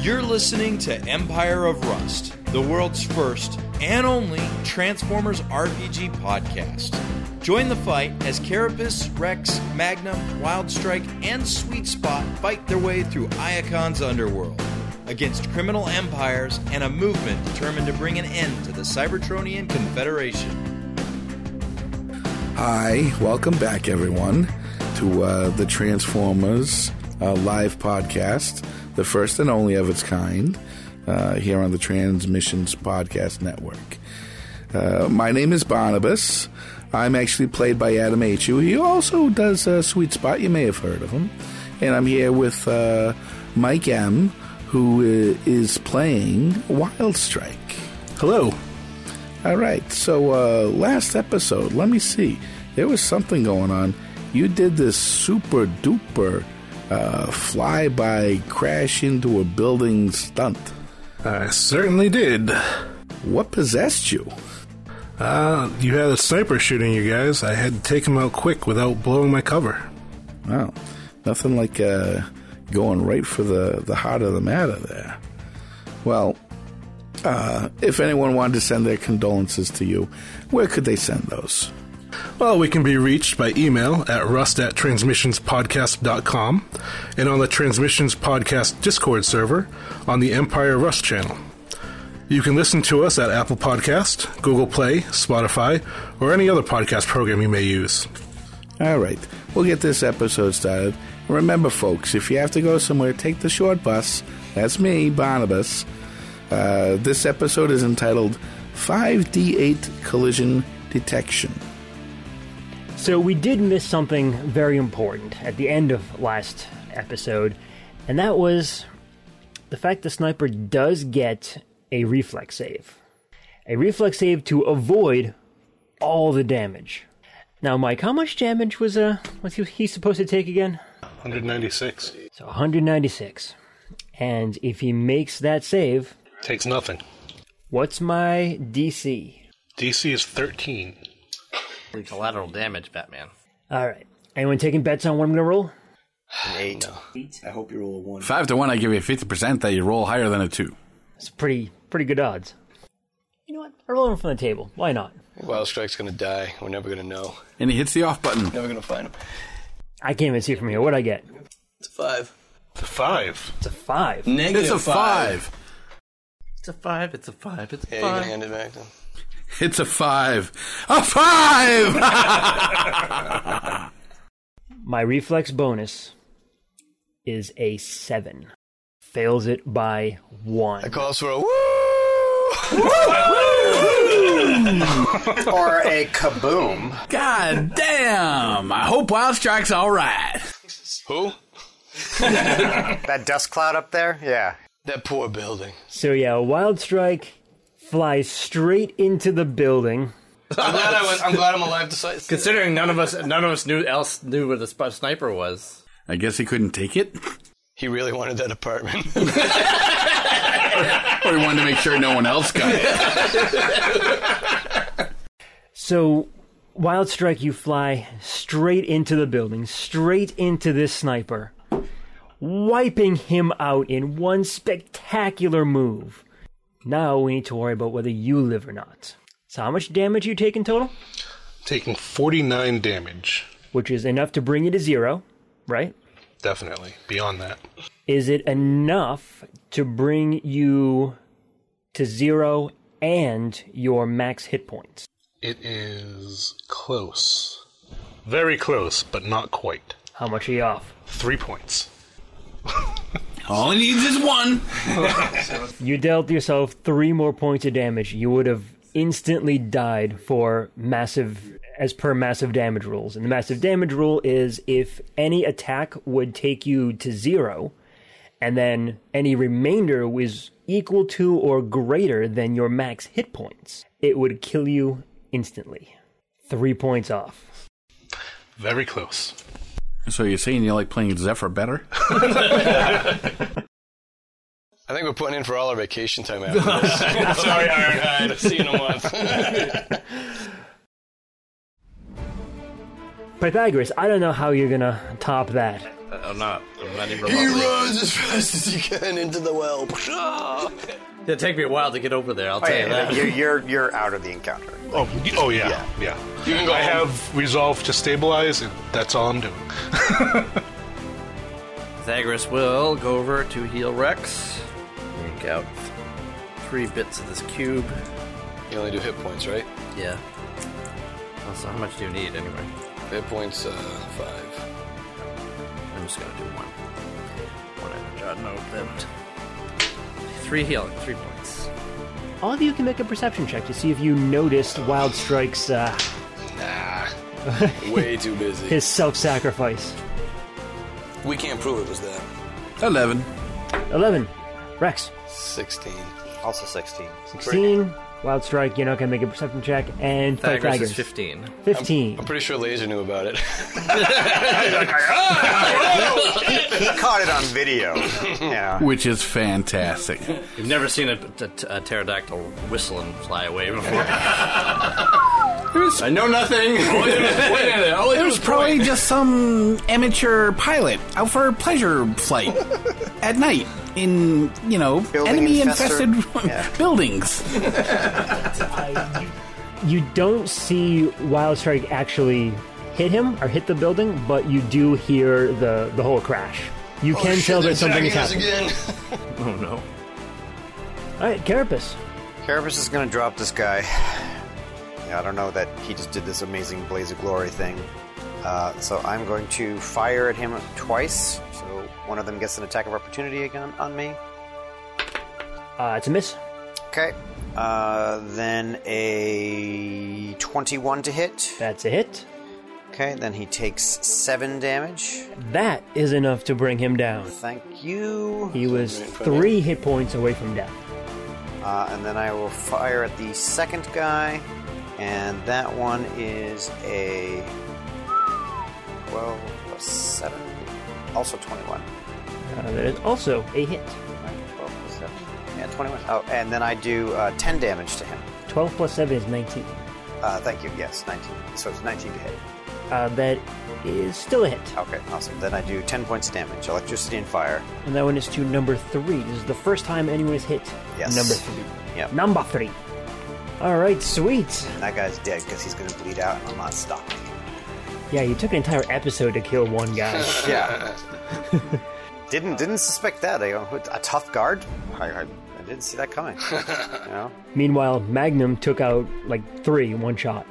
You're listening to Empire of Rust, the world's first and only Transformers RPG podcast. Join the fight as Carapace, Rex, Magnum, Wildstrike, and Sweet Spot fight their way through Iacon's underworld against criminal empires and a movement determined to bring an end to the Cybertronian Confederation. Hi, welcome back, everyone, to uh, the Transformers uh, live podcast, the first and only of its kind, uh, here on the Transmissions Podcast Network. Uh, my name is Barnabas. I'm actually played by Adam Achu. He also does uh, Sweet Spot. You may have heard of him. And I'm here with uh, Mike M., who uh, is playing Wild Strike. Hello. All right. So uh, last episode, let me see. There was something going on. You did this super duper uh, fly by crash into a building stunt. I certainly did. What possessed you? Uh, you had a sniper shooting you guys. I had to take him out quick without blowing my cover. Wow, nothing like uh, going right for the, the heart of the matter there. Well, uh, if anyone wanted to send their condolences to you, where could they send those? Well, we can be reached by email at rust at transmissionspodcast.com and on the Transmissions Podcast Discord server on the Empire Rust channel. You can listen to us at Apple Podcast, Google Play, Spotify, or any other podcast program you may use. All right, we'll get this episode started. Remember, folks, if you have to go somewhere, take the short bus. That's me, Barnabas. Uh, this episode is entitled 5D8 Collision Detection. So we did miss something very important at the end of last episode, and that was the fact the sniper does get a reflex save. A reflex save to avoid all the damage. Now, Mike, how much damage was uh was he, he supposed to take again? 196. So 196. And if he makes that save, Takes nothing. what's my DC? DC is 13. Collateral damage, Batman. All right. Anyone taking bets on what I'm gonna roll? Eight. Five to one, I give you fifty percent that you roll higher than a two. It's pretty pretty good odds. You know what? I roll him from the table. Why not? Wild Strike's gonna die. We're never gonna know. And he hits the off button. Never gonna find him. I can't even see from here. What'd I get? It's a five. The five. It's a five. Negative It's a five. It's a five. It's a five. It's a Yeah, you're gonna hand it back then. It's a five. A five. My reflex bonus is a seven. Fails it by That one. calls for a woo. or a kaboom. God damn! I hope Wild Strike's all right. Who? That dust cloud up there? Yeah. That poor building. So yeah, wild strike flies straight into the building. I'm glad I was. I'm glad I'm alive to sight. Considering none of us, none of us knew else knew where the sp- sniper was. I guess he couldn't take it, He really wanted that apartment. or he wanted to make sure no one else got it. So wild strike you fly straight into the building, straight into this sniper, wiping him out in one spectacular move. Now we need to worry about whether you live or not. So how much damage you take in total? Taking 49 damage. Which is enough to bring you to zero, right? Definitely. Beyond that. is it enough to bring you to zero and your max hit points? It is close. Very close, but not quite. How much are you off? Three points. All he needs is one. You dealt yourself three more points of damage. You would have instantly died for massive, as per massive damage rules. And the massive damage rule is if any attack would take you to zero, and then any remainder was equal to or greater than your max hit points, it would kill you instantly. Three points off. Very close. So you're saying you like playing Zephyr better? I think we're putting in for all our vacation time after this. Sorry, Ironhide. See you in a month. Pythagoras, I don't know how you're gonna top that. I'm Oh, not. I'm not even He remotely. runs as fast as he can into the well. It'll take me a while to get over there. I'll Oh, tell yeah, you that. You're, you're, you're out of the encounter. Oh, y- oh yeah, yeah. You can go I home. have resolve to stabilize, and that's all I'm doing. Zagreus will go over to heal Rex. Yank out three bits of this cube. You only do hit points, right? Yeah. Also, how much do you need anyway? Hit points, uh, five. I'm just gonna do one. Whatever. God no lived. Three healing, three points. All of you can make a perception check to see if you noticed Wild Strike's uh, Way too busy. his self-sacrifice. We can't prove it was that. 11. Eleven, Rex. 16. Also 16. Sixteen, Wild Strike. You're not gonna make a perception check, and Zagreus Pythagoras. is 15. 15 I'm pretty sure Laser knew about it. He caught it on video. yeah. Which is fantastic. You've never seen a, a, a pterodactyl whistle and fly away before. I know nothing. It was probably just some amateur pilot out for a pleasure flight at night in, you know, Building enemy infested- infested Yeah. buildings. you don't see Wild Strike actually hit him or hit the building, but you do hear the, the whole crash. Oh, You can tell that something is happening. again. oh no. All right, Carapace. Carapace is going to drop this guy. Yeah, I don't know that he just did this amazing Blaze of Glory thing. Uh, so I'm going to fire at him twice. So one of them gets an attack of opportunity again on me. Uh, it's a miss. Okay. Uh, then a 21 to hit. That's a hit. Okay, then he takes 7 damage. That is enough to bring him down. Thank you. He was three hit points away from death. Uh, and then I will fire at the second guy, and that one is a 12 plus 7, also 21. Uh, that is also a hit. Right, 12 plus 7. Yeah, 21. Oh, and then I do uh, 10 damage to him. 12 plus 7 is 19. Uh, thank you, yes, 19. So it's 19 to hit. Uh, that is still a hit. Okay, awesome. Then I do 10 points of damage, electricity and fire. And that one is to number 3. This is the first time anyone has hit Yes. number 3. Yep. Number 3. All right, sweet. That guy's dead because he's going to bleed out, and I'm not stopped. Yeah, you took an entire episode to kill one guy. Yeah. didn't didn't suspect that. I go, "What, a tough guard. I, I, I didn't see that coming. you know? Meanwhile, Magnum took out like three in one shot.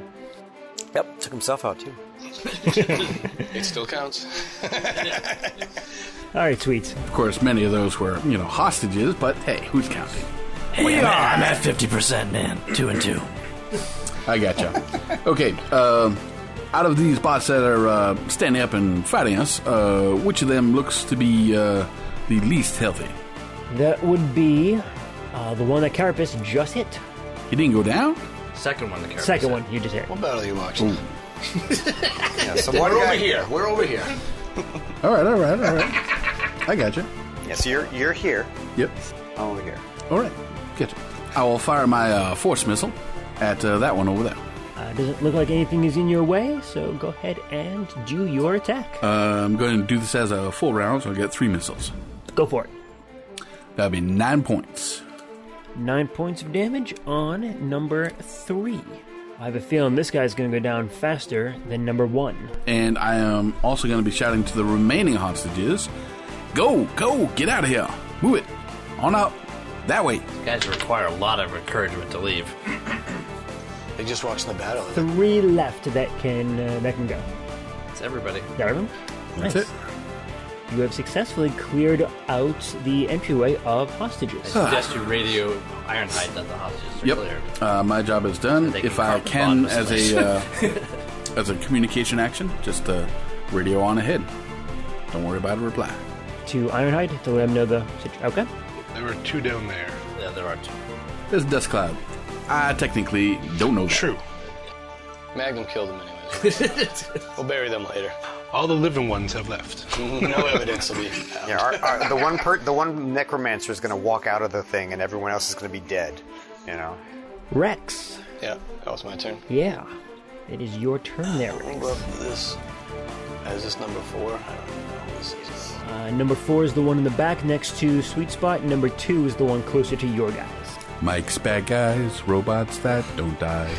Yep, took himself out too. It still counts. All right, sweet. Of course, many of those were, you know, hostages, but hey, who's counting? I'm at 50%, man. Two and two. I gotcha. okay, um, out of these bots that are uh, standing up and fighting us, uh, which of them looks to be uh, the least healthy? That would be uh, the one that Carapace just hit. He didn't go down? Second one, the character. Second one you just hit. What battle are you watching? Yeah, so one We're guy- over here. We're over here. All right, all right, all right. I gotcha. Yeah, so you're you're here. Yep. I'm over here. All right, gotcha. I will fire my uh, force missile at uh, that one over there. Uh, doesn't look like anything is in your way, so go ahead and do your attack. Uh, I'm going to do this as a full round, so I get three missiles. go for it. That'd be nine points. Nine points of damage on number three. I have a feeling this guy's going to go down faster than number one. And I am also going to be shouting to the remaining hostages Go, go, get out of here. Move it. On up. That way. These guys require a lot of encouragement to leave. They just watching the battle. Three left that can uh, that can go. It's everybody. Is that everyone? Nice. That's it. You have successfully cleared out the entryway of hostages. Suggest you radio Ironhide that the hostages are Yep. cleared. Uh, my job is done. They can If I carbon can, bond as missiles. a uh, as a communication action, just uh, radio on ahead. Don't worry about a reply. to Ironhide to let him know the situation. Okay. There were two down there. Yeah, there are two. There's a dust cloud. I technically don't know. That. True. Magnum killed them anyways. we'll bury them later. All the living ones have left. No evidence will be. found. Yeah, our, our, the one per, the one necromancer is going to walk out of the thing, and everyone else is going to be dead. You know. Rex. Yeah, that was my turn. Yeah. It is your turn there, Rex. This. I Is this number four? I don't know. This is- Uh, number four is the one in the back next to Sweet Spot. and Number two is the one closer to your guys. Mike's bad guys, robots that don't die.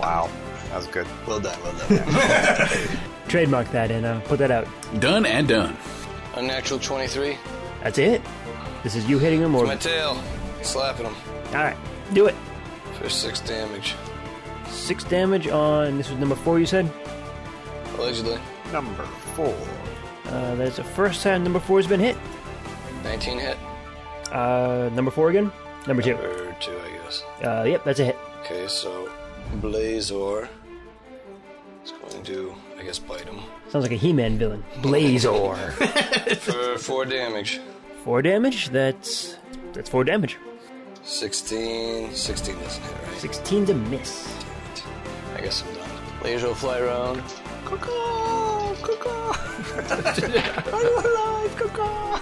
Wow, that was good. Well done, well done. Trademark that and uh, put that out. Done and done. Unnatural 23. That's it. This is you hitting him or My tail. Slapping him all right, do it. for six damage, Six damage on this was number four. You said allegedly. Number four. uh, that's the first time number four has been hit. 19 hit. Uh, number four again. Number two. Or two, I guess. Uh, yep, that's a hit. Okay, so Blazor is going to, I guess, bite him Sounds like a He-Man villain. Blazor. for four damage. four damage. That's that's four damage. 16. 16 doesn't hit, right? Sixteen to miss. I guess I'm done. Laser will fly around. Caw-caw, caw-caw. Are you alive? Caw-caw.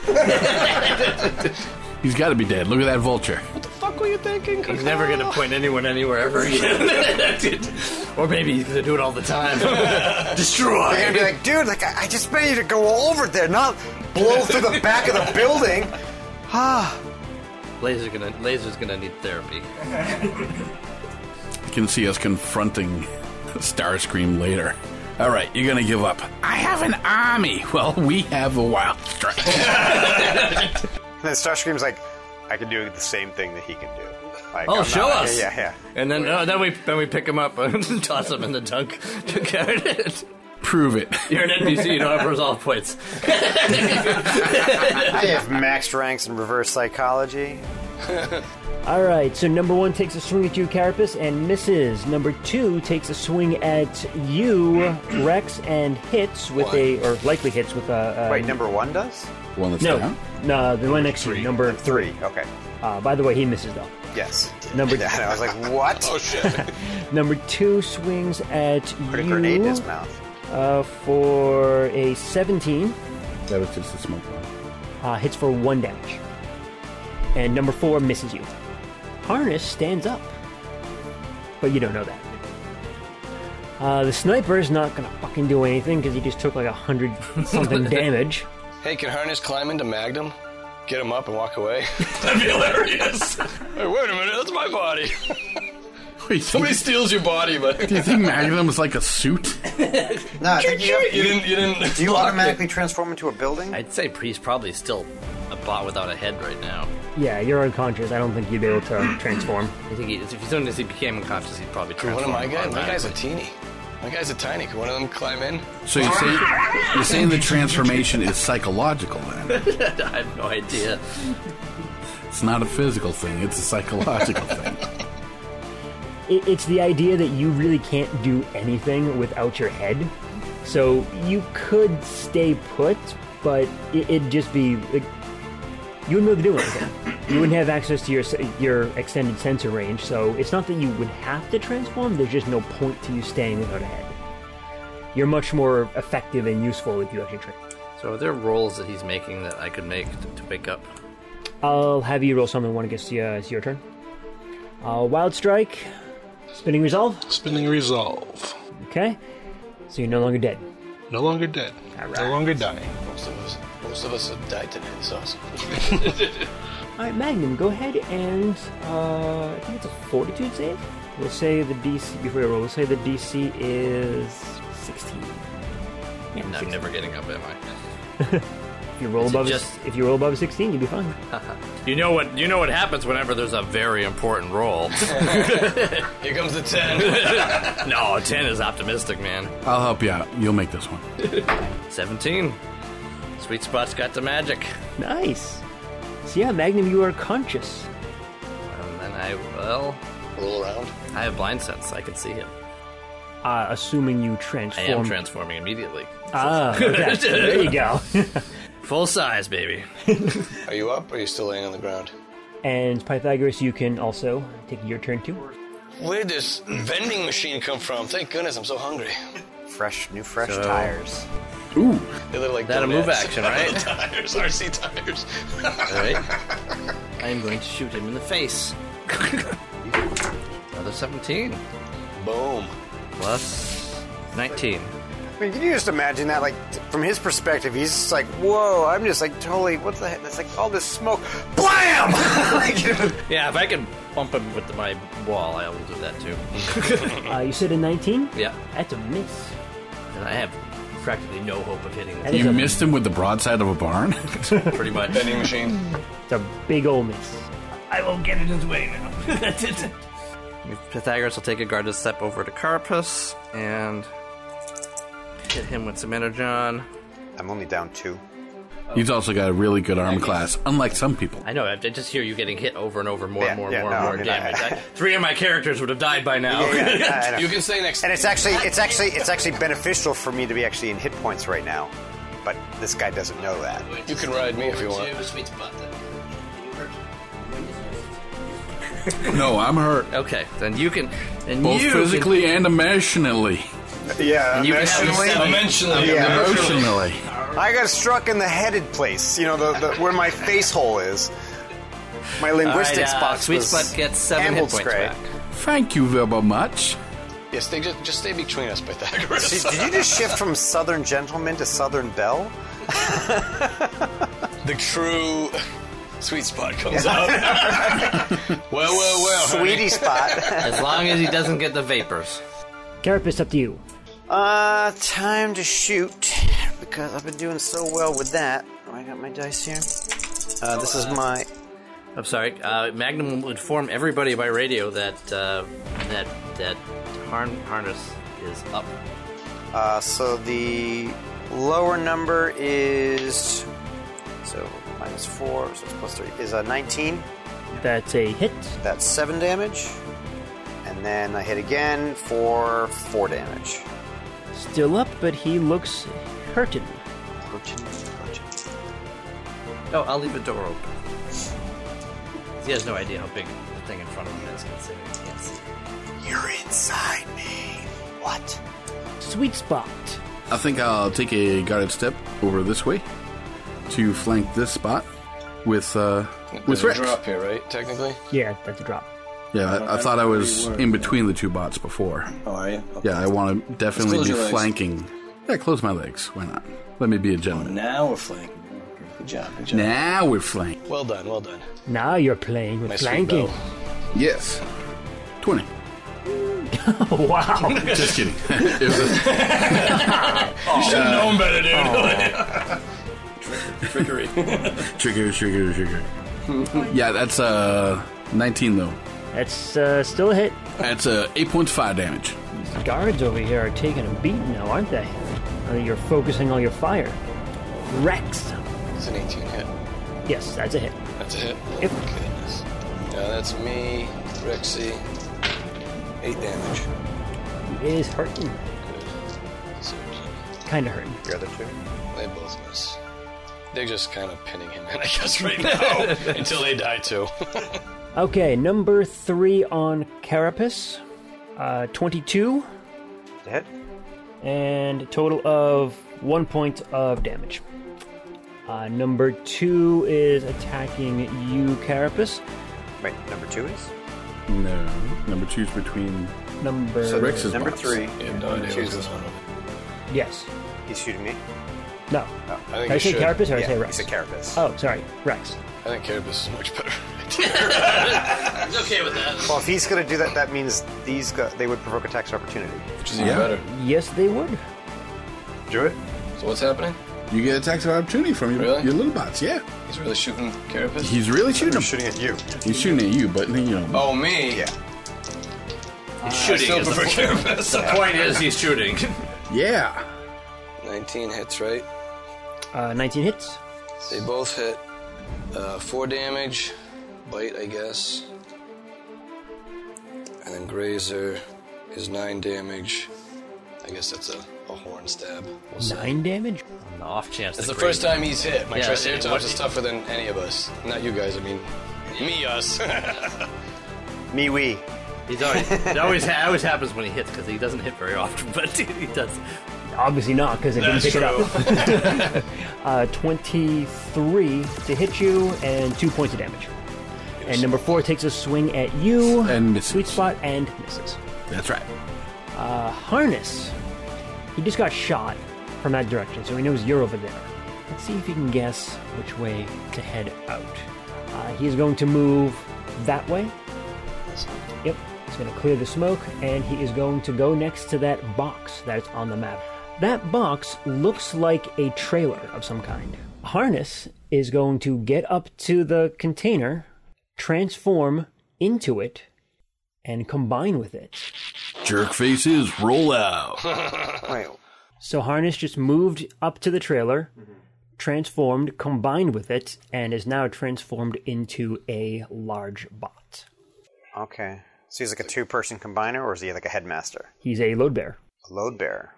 He's got to be dead. Look at that vulture. Fuck were you thinking? He's never going to point anyone anywhere ever again. or maybe he's going to do it all the time. They're Destroy! gonna be like, dude, like I, I just made you to go over there, not blow through the back of the building. Laser's going to Laser's going to need therapy. You can see us confronting Starscream later. All right, you're going to give up. I have an army. Well, we have a wild strike. And then Starscream's like, I can do the same thing that he can do. Like, Oh, I'm show not- us. Yeah, yeah. And then uh, then we then we pick him up and toss him in the dunk. Prove it. You're an NPC, you don't have resolve points. I have max ranks in reverse psychology. All right, so number one takes a swing at you, Carapace, and misses. Number two takes a swing at you, Rex, and hits with a, or likely hits with a. a Wait, number one does? One that's no, down. no, the one next to you, number Three. Okay. Uh, by the way, he misses though. Yes. Number Yeah, and I was like, what? Oh shit. number two swings at Put a you grenade in his mouth. uh, for a 17. That was just a smoke bomb. Uh, hits for one damage, and number four misses you. Harness stands up, but you don't know that. Uh, the sniper is not gonna fucking do anything because he just took like a hundred something damage. Hey, can Harness climb into Magnum? Get him up and walk away? That'd be hilarious. hey, wait a minute, that's my body. Wait, Somebody steals your body, but do you think Magnum is like a suit? No, I think you, have- you didn't. You didn't. do you automatically transform into a building? I'd say he's probably still a bot without a head right now. Yeah, you're unconscious. I don't think you'd be able to transform. I think he, if as soon as he became unconscious, he'd probably One transform. of my guys. My guy's a automatically. teeny. My guy's a tiny. Can one of them climb in? So you're saying, you're saying the transformation is psychological then? I have no idea. It's not a physical thing, it's a psychological thing. it, it's the idea that you really can't do anything without your head. So you could stay put, but it, it'd just be like, you wouldn't be able to do anything. You wouldn't have access to your s- your extended sensor range. So it's not that you would have to transform. There's just no point to you staying without a head. You're much more effective and useful if you actually train. So are there rolls that he's making that I could make to, to pick up? I'll have you roll something when it gets to you, it's your turn. Uh, wild strike, spinning resolve. Spinning resolve. Okay, so you're no longer dead. No longer dead. No longer dying. Most of us. Most of us have died tonight. It's awesome. All right, Magnum, go ahead and uh, I think it's a fortitude save. We'll say the DC before you roll. We'll say the DC is sixteen. Yeah, No, 16. I'm never getting up, am I? If you roll Is it above, a- just- if you roll above a sixteen, you'll be fine. You know what? You know what happens whenever there's a very important roll. Here comes the ten. no, ten is optimistic, man. I'll help you out. You'll make this one. Seventeen. Sweet spot's got the magic. Nice. So yeah, Magnum, you are conscious. And then I well, Roll around. I have blind sense. I can see him. Uh, assuming you I transform. am transforming immediately. ah, okay. there you go. Full size, baby. Are you up? Or are you still laying on the ground? and Pythagoras, you can also take your turn too. Where did this vending machine come from? Thank goodness, I'm so hungry. Fresh, new fresh tires. Ooh, They look like That a move donuts. action, right? tires, RC tires. All right. I am going to shoot him in the face. Another seventeen Boom. plus 19. I mean, can you just imagine that? Like, t- from his perspective, he's just like, whoa, I'm just like totally, what the heck? That's like all this smoke. BLAM! like, you know, Yeah, if I can bump him with my wall, I will do that too. Uh, you said a 19? Yeah. That's a miss. And I have practically no hope of hitting That him, is You a, missed him with the broadside of a barn? pretty much. Vending machine. It's a big ol' miss. I will get in his way now. That's it. Pythagoras will take a guarded step over to Carapace and hit him with some energon. I'm only down two. He's also got a really good arm class, unlike some people. I know, I I just hear you getting hit over and over more Yeah, and more and yeah, more no, and more I mean, damage. I- I- three of my characters would have died by now. Yeah, yeah, I know. You can say next. And it's actually, it's actually, it's actually beneficial for me to be actually in hit points right now. But this guy doesn't know that. You can ride me if you want. No, I'm hurt. Okay, then you can. And Both you physically and emotionally. Yeah, you can have emotionally, yourself- Dimensionally. Yeah. Emotionally. I got struck in the headed place. You know, the, the where my face hole is. My linguistics All right, uh, box. Sweet was Spot gets seven hit handled points scray. back. Thank you very much. Yes, they just, just stay between us, Pythagoras. Did, did you just shift from Southern Gentleman to Southern Belle? the true sweet spot comes out. well, well, well. honey. Sweetie spot. As long as he doesn't get the vapors. Carapace, up to you. Uh, time to shoot because I've been doing so well with that. Oh, I got my dice here. Uh, this is my. I'm sorry. Uh, Magnum will inform everybody by radio that uh, that that harn- harness is up. Uh, so the lower number is so minus four, so it's plus three is a nineteen. That's a hit. That's seven damage, and then I hit again for four damage. Still up, but he looks hurting. Approaching, approaching. Oh, I'll leave the door open. He has no idea how big the thing in front of him is, considering he can't see. You're inside me. What? Sweet spot. I think I'll take a guarded step over this way to flank this spot with uh, with There's a Rex. drop here, right? Technically. Yeah, that's a drop. Yeah, I, I thought I was in between the two bots before. Oh, are you? Yeah, I want to definitely close be your legs. flanking. Yeah, close my legs. Why not? Let me be a gentleman. Oh, Now we're flanking. Good job. Good job. Now we're flanking. Well done. Well done. Now you're playing with My flanking. sweet bell. Yes. 20. wow. Just kidding. It was a- Should have known better, dude. Trickery. trigger, trigger, trigger. Yeah, that's uh, 19 though. That's uh, still a hit. That's uh, 8.5 damage. Guards over here are taking a beat now, aren't they? Uh, you're focusing all your fire. Rex. It's an 18 hit. Yes, that's a hit. That's a hit. Yep. Goodness. Now that's me, Rexy. Eight damage. He is hurting. Good. So Kind of hurting. Your other two. they both miss. They're just kind of pinning him in, I guess, right now until they die too. Okay, number three on Carapace. Uh, 22. To hit. and a total of one point of damage. Uh, number two is attacking you, Carapace. Wait, number two is. No. Number two's between. Number Rex is number box. three. yeah, no idea what's going on. yes, He's shooting me. no. Oh, I think Did I you say should. Carapace or did I yeah, say Rex? he's a carapace. oh, sorry, Rex. I think Carapace is much better. He's okay with that. Well, if he's gonna do that, that means these go- they would provoke attacks of opportunity. Which is even better. Yes, they would. Do it. So what's happening? You get attacks of opportunity from your, Really? your little bots, yeah. He's really shooting Carapace. He's really shooting I'm them. shooting at you. He's shooting at you, but you know. Oh me. Yeah. shooting. Still Is prefer the, Carapace. po- point is he's shooting. Yeah. 19 hits, right? Uh, 19 hits. They both hit. Uh, four damage, bite, I guess. And then Grazer is nine damage. I guess that's a, a horn stab. We'll see. Nine damage. On the off chance. That's that the first Grazer- time he's hit. My Yeah, Triceratops what- is tougher than any of us. Not you guys, I mean. Me, us. Me we. He's always, it always, ha- always happens when he hits because he doesn't hit very often, but he does. Obviously not, because it didn't That's pick it true. up. Uh, 23 to hit you, and two points of damage. And number four takes a swing at you. And misses. Sweet spot and misses. That's right. Uh, Harness. He just got shot from that direction, so he knows you're over there. Let's see if he can guess which way to head out. Uh, he is going to move that way. Yep. He's going to clear the smoke, and he is going to go next to that box that's on the map. That box looks like a trailer of some kind. Harness is going to get up to the container, transform into it, and combine with it. Jerk faces, roll out. Wait, So Harness just moved up to the trailer, transformed, combined with it, and is now transformed into a large bot. okay. So he's like a two person combiner, or is he like a headmaster? He's a load bearer. A load bearer.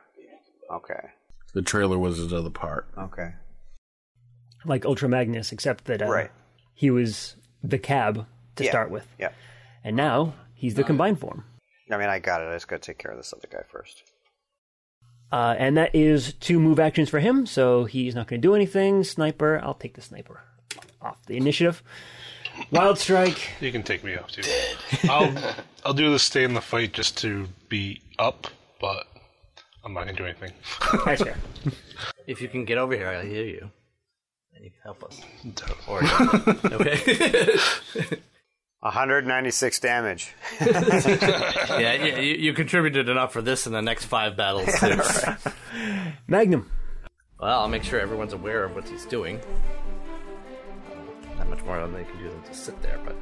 Okay. The trailer was his other part. Okay. like Ultra Magnus, except that uh, Right. he was the cab to Yeah. start with, Yeah. and now he's the combined form. I mean, I got it. I just got to take care of this other guy first. Uh, and that is two move actions for him, so he's not going to do anything. Sniper, I'll take the sniper off the initiative. Wild Strike, You can take me off too. I'll I'll do this stay in the fight just to be up, but I'm not gonna do anything. that's fair. If you can get over here, I'll hear you. And you can help us. Or, okay. 196 damage. yeah, yeah you, you contributed enough for this in the next five battles. Too. Magnum, Well, I'll make sure everyone's aware of what he's doing. Not much more than they can do than just sit there, but.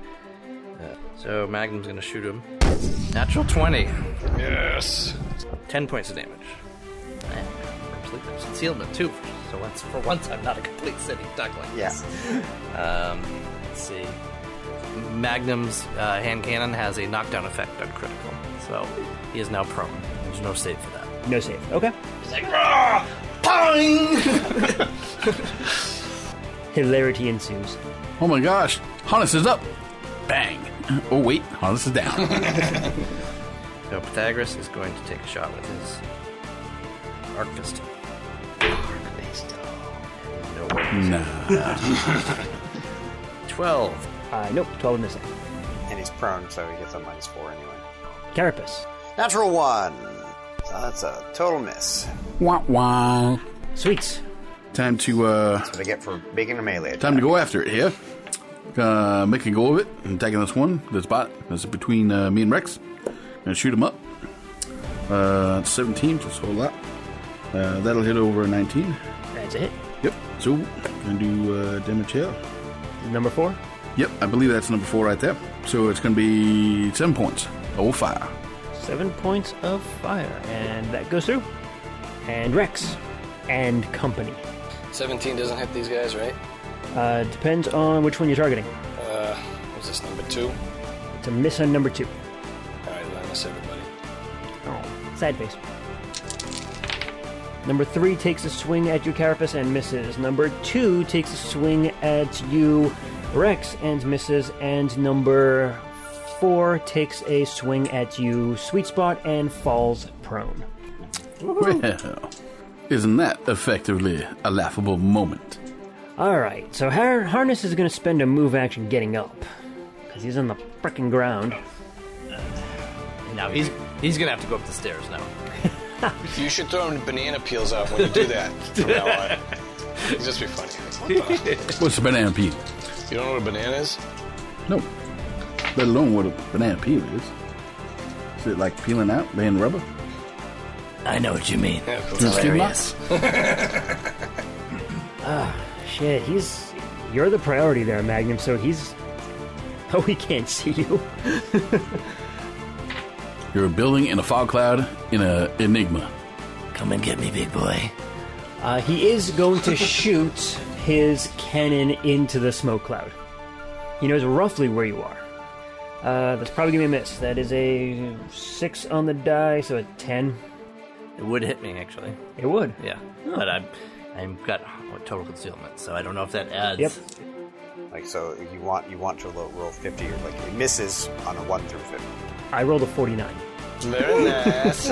Uh, so Magnum's gonna shoot him. Natural 20. Yes. 10 points of damage. And complete the concealment, too. So once, for once, I'm not a complete sitting duckling. Yeah. Um, let's see. Magnum's uh, hand cannon has a knockdown effect on critical, so he is now prone. There's no save for that. no save. Okay, He's like, "Rah! Pong!" hilarity ensues. Oh my gosh, Hannes is up. Bang. Oh, wait. Oh, this is down. So Pythagoras is going to take a shot with his arc pistol. Arc pistol. No way. nah. 12. Uh, nope, 12 missing. And he's prone, so he gets a minus four anyway. Carapace. Natural one. So that's a total miss. Wah wah. Sweets. Time to uh, That's what I get for making a melee. attack. time to go after it here. Uh, making go of it and taking this one, this bot that's between uh, me and Rex. Gonna shoot him up. Uh, 17 plus a whole lot. Uh, that'll hit over 19. That's a hit. Yep. So gonna do uh, damage here. Number four. Yep, I believe that's number four right there. So it's gonna be seven points. Oh fire. Seven points of fire, and that goes through. And Rex, and company. 17 doesn't hit these guys, right? Uh, depends on which one you're targeting. Uh, what's this, number two? It's a miss on number two. Alright, I miss everybody. Oh, sad face. Number three takes a swing at you, Carapace, and misses. Number two takes a swing at you, Rex, and misses. And number four takes a swing at you, Sweet Spot, and falls prone. Well, isn't that effectively a laughable moment? All right, so Har- Harness is going to spend a move action getting up because he's on the frickin' ground. Now he's he's gonna have to go up the stairs now. You should throw him banana peels out when you do that from now on. It'd just be funny. Like, what the- What's a banana peel? You don't know what a banana is? No. Let alone what a banana peel is. Is it like peeling out, laying rubber? I know what you mean. Hilarious. Shit, he's you're the priority there, Magnum. So he's oh, he can't see you. You're a building in a fog cloud in a enigma. Come and get me, big boy. Uh, he is going to shoot his cannon into the smoke cloud. He knows roughly where you are. Uh, that's probably gonna be a miss. That is a six on the die, so a ten. It would hit me actually. It would. Yeah, but I'm I'm got total concealment, so I don't know if that adds. Yep. Like so, you want you want to lo- roll 50 or like it misses on a one through 50. I rolled a forty-nine. Very nice.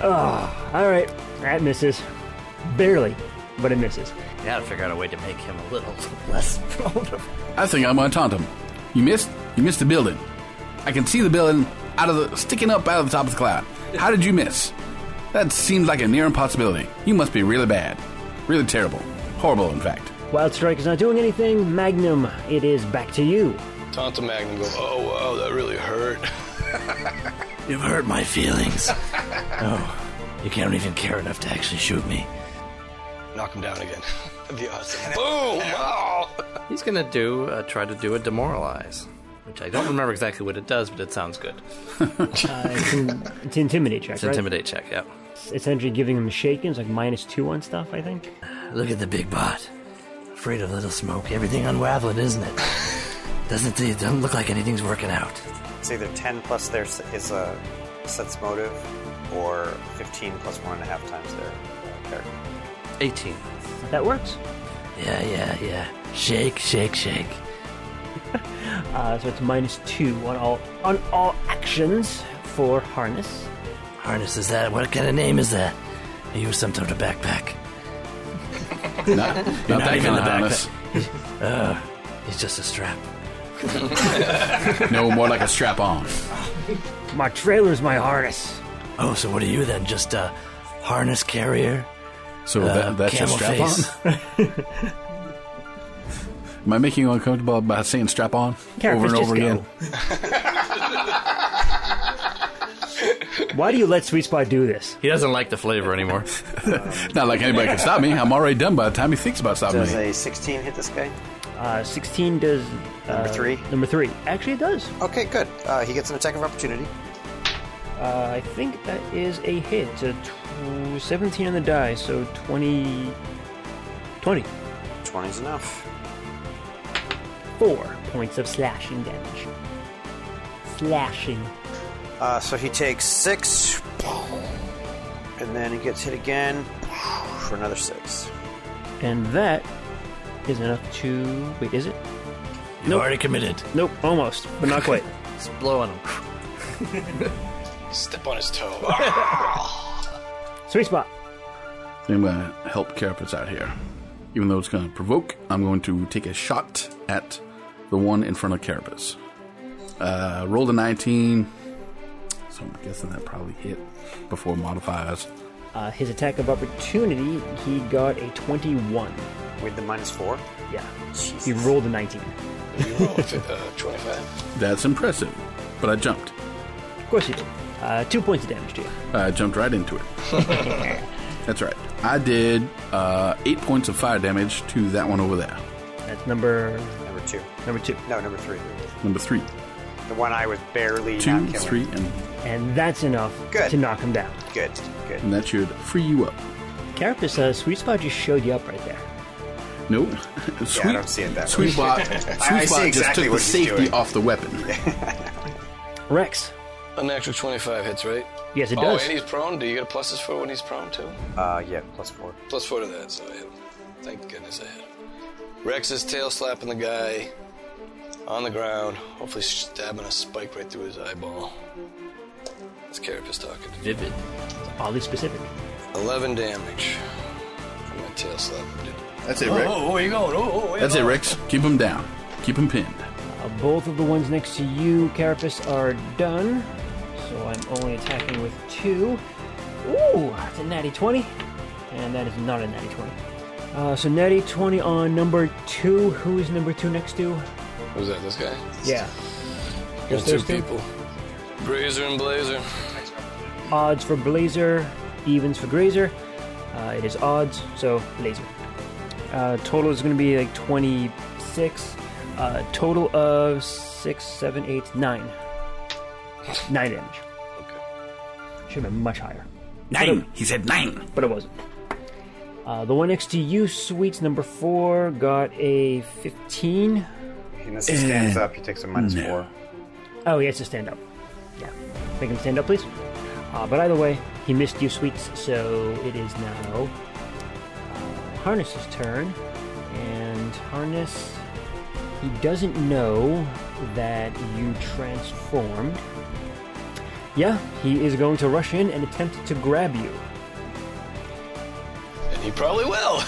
All right, that misses, barely, but it misses. You gotta figure out a way to make him a little less prone. to- I think I'm gonna taunt him. You missed? You missed the building. I can see the building out of the sticking up out of the top of the cloud. How did you miss? That seems like a near impossibility. You must be really bad. Really terrible. Horrible, in fact. Wild Strike is not doing anything. Magnum, it is back to you. Taunt the Magnum, go, oh, wow, that really hurt. You've hurt my feelings. oh, you can't even care enough to actually shoot me. Knock him down again. That'd be awesome. Boom! Wow! He's gonna do uh, try to do a demoralize, which I don't remember exactly what it does, but it sounds good. Uh, it's, in, it's an intimidate check, It's right? intimidate check. Yeah. It's essentially giving him shaken. It's like minus two on stuff, I think. Look at the big bot. Afraid of little smoke. Everything unraveling, isn't it? Doesn't it doesn't look like anything's working out. It's either 10 plus their s- is a sense motive, or 15 plus one and a half times their uh, character. 18. That works. Yeah, yeah, yeah. Shake, shake, shake. Uh, so it's minus two on all on all actions for harness. Harness is that? What kind of name is that? He was some sort of backpack. Not, not You're that even kind the of harness. backpack. Uh, he's just a strap. No, more like a strap on. My trailer's my harness. Oh, so what are you then? Just a harness carrier? So Uh, that, that's a camel strap face. on? Am I making you uncomfortable by saying strap on over Carapace, and just over go. again? Why do you let Sweet Spot do this? He doesn't like the flavor anymore. Not like anybody can stop me. I'm already done by the time he thinks about stopping Does me. a 16 hit this guy? Uh, Sixteen does uh, Number three. Number three. Actually, it does. Okay, good. Uh, he gets an attack of opportunity. Uh, I think that is a hit. It's a tw- 17 on the die, so 20. 24 20 is enough. points of slashing damage. Slashing. Uh, so he takes six, and then he gets hit again for another six. And that is enough to. Wait, is it? You've already committed. Nope, almost, but not quite. It's blowing him. Step on his toe. Ah! Sweet spot. I'm going to help Carapace out here. Even though it's going to provoke, I'm going to take a shot at the one in front of Carapace. Uh, rolled a 19, so I'm guessing that probably hit before modifiers. Uh, his attack of opportunity, he got a 21. With the minus four. Yeah. Jesus. He rolled a 19. you roll a fi- uh, 25. That's impressive, but I jumped. Of course he did. Uh, two points of damage to you. I jumped right into it. That's right. I did uh, eight points of fire damage to that one over there, That's number Number two. number two. No, number three. number three. The one I was barely two, not killing. three, and, And that's enough Good. to knock him down. Good, good. and that should free you up. Carapace, uh, Sweet Spot just showed you up right there. Nope. Sweet, don't see it that way. sweet Spot, I sweet see spot just exactly took the what he's safety doing. off the weapon. Rex. An actual 25 hits, right? Yes, it oh, does. and he's prone. Do you get a pluses for when he's prone, too? Uh, yeah, plus four. Plus four to that, so I hit him. Thank goodness I hit him. Rex is tail slapping the guy on the ground, hopefully stabbing a spike right through his eyeball. This carapace talking. Vivid. Oddly specific. 11 damage from my tail slap. Dude. That's it, Rex. where you going? Oh, oh, That's it, Rex. Keep him down. Keep him pinned. Uh, both of the ones next to you, Carapace, are done. So I'm only attacking with two. Ooh, that's a natty 20. And that is not a natty 20. Uh, so natty 20 on number two. Who is number two next to? Who's that? This guy? Yeah. There's two people. Brazer and Blazer. Odds for Blazer, evens for Grazer. Uh, it is odds, so Blazer. Uh, total is going to be like 26. Uh, total of 6, 7, 8, 9. 9 damage. Should have been much higher, Nine. He said nine. but it wasn't. Uh, the one next to you, Sweets, number 4, got a 15. He misses, stands up. He takes a minus four. Oh, he has to stand up. Yeah. Make him stand up, please. Uh, but either way, he missed you, sweets, so it is now uh, Harness's turn. And Harness, he doesn't know that you transformed. Yeah, he is going to rush in and attempt to grab you. And he probably will.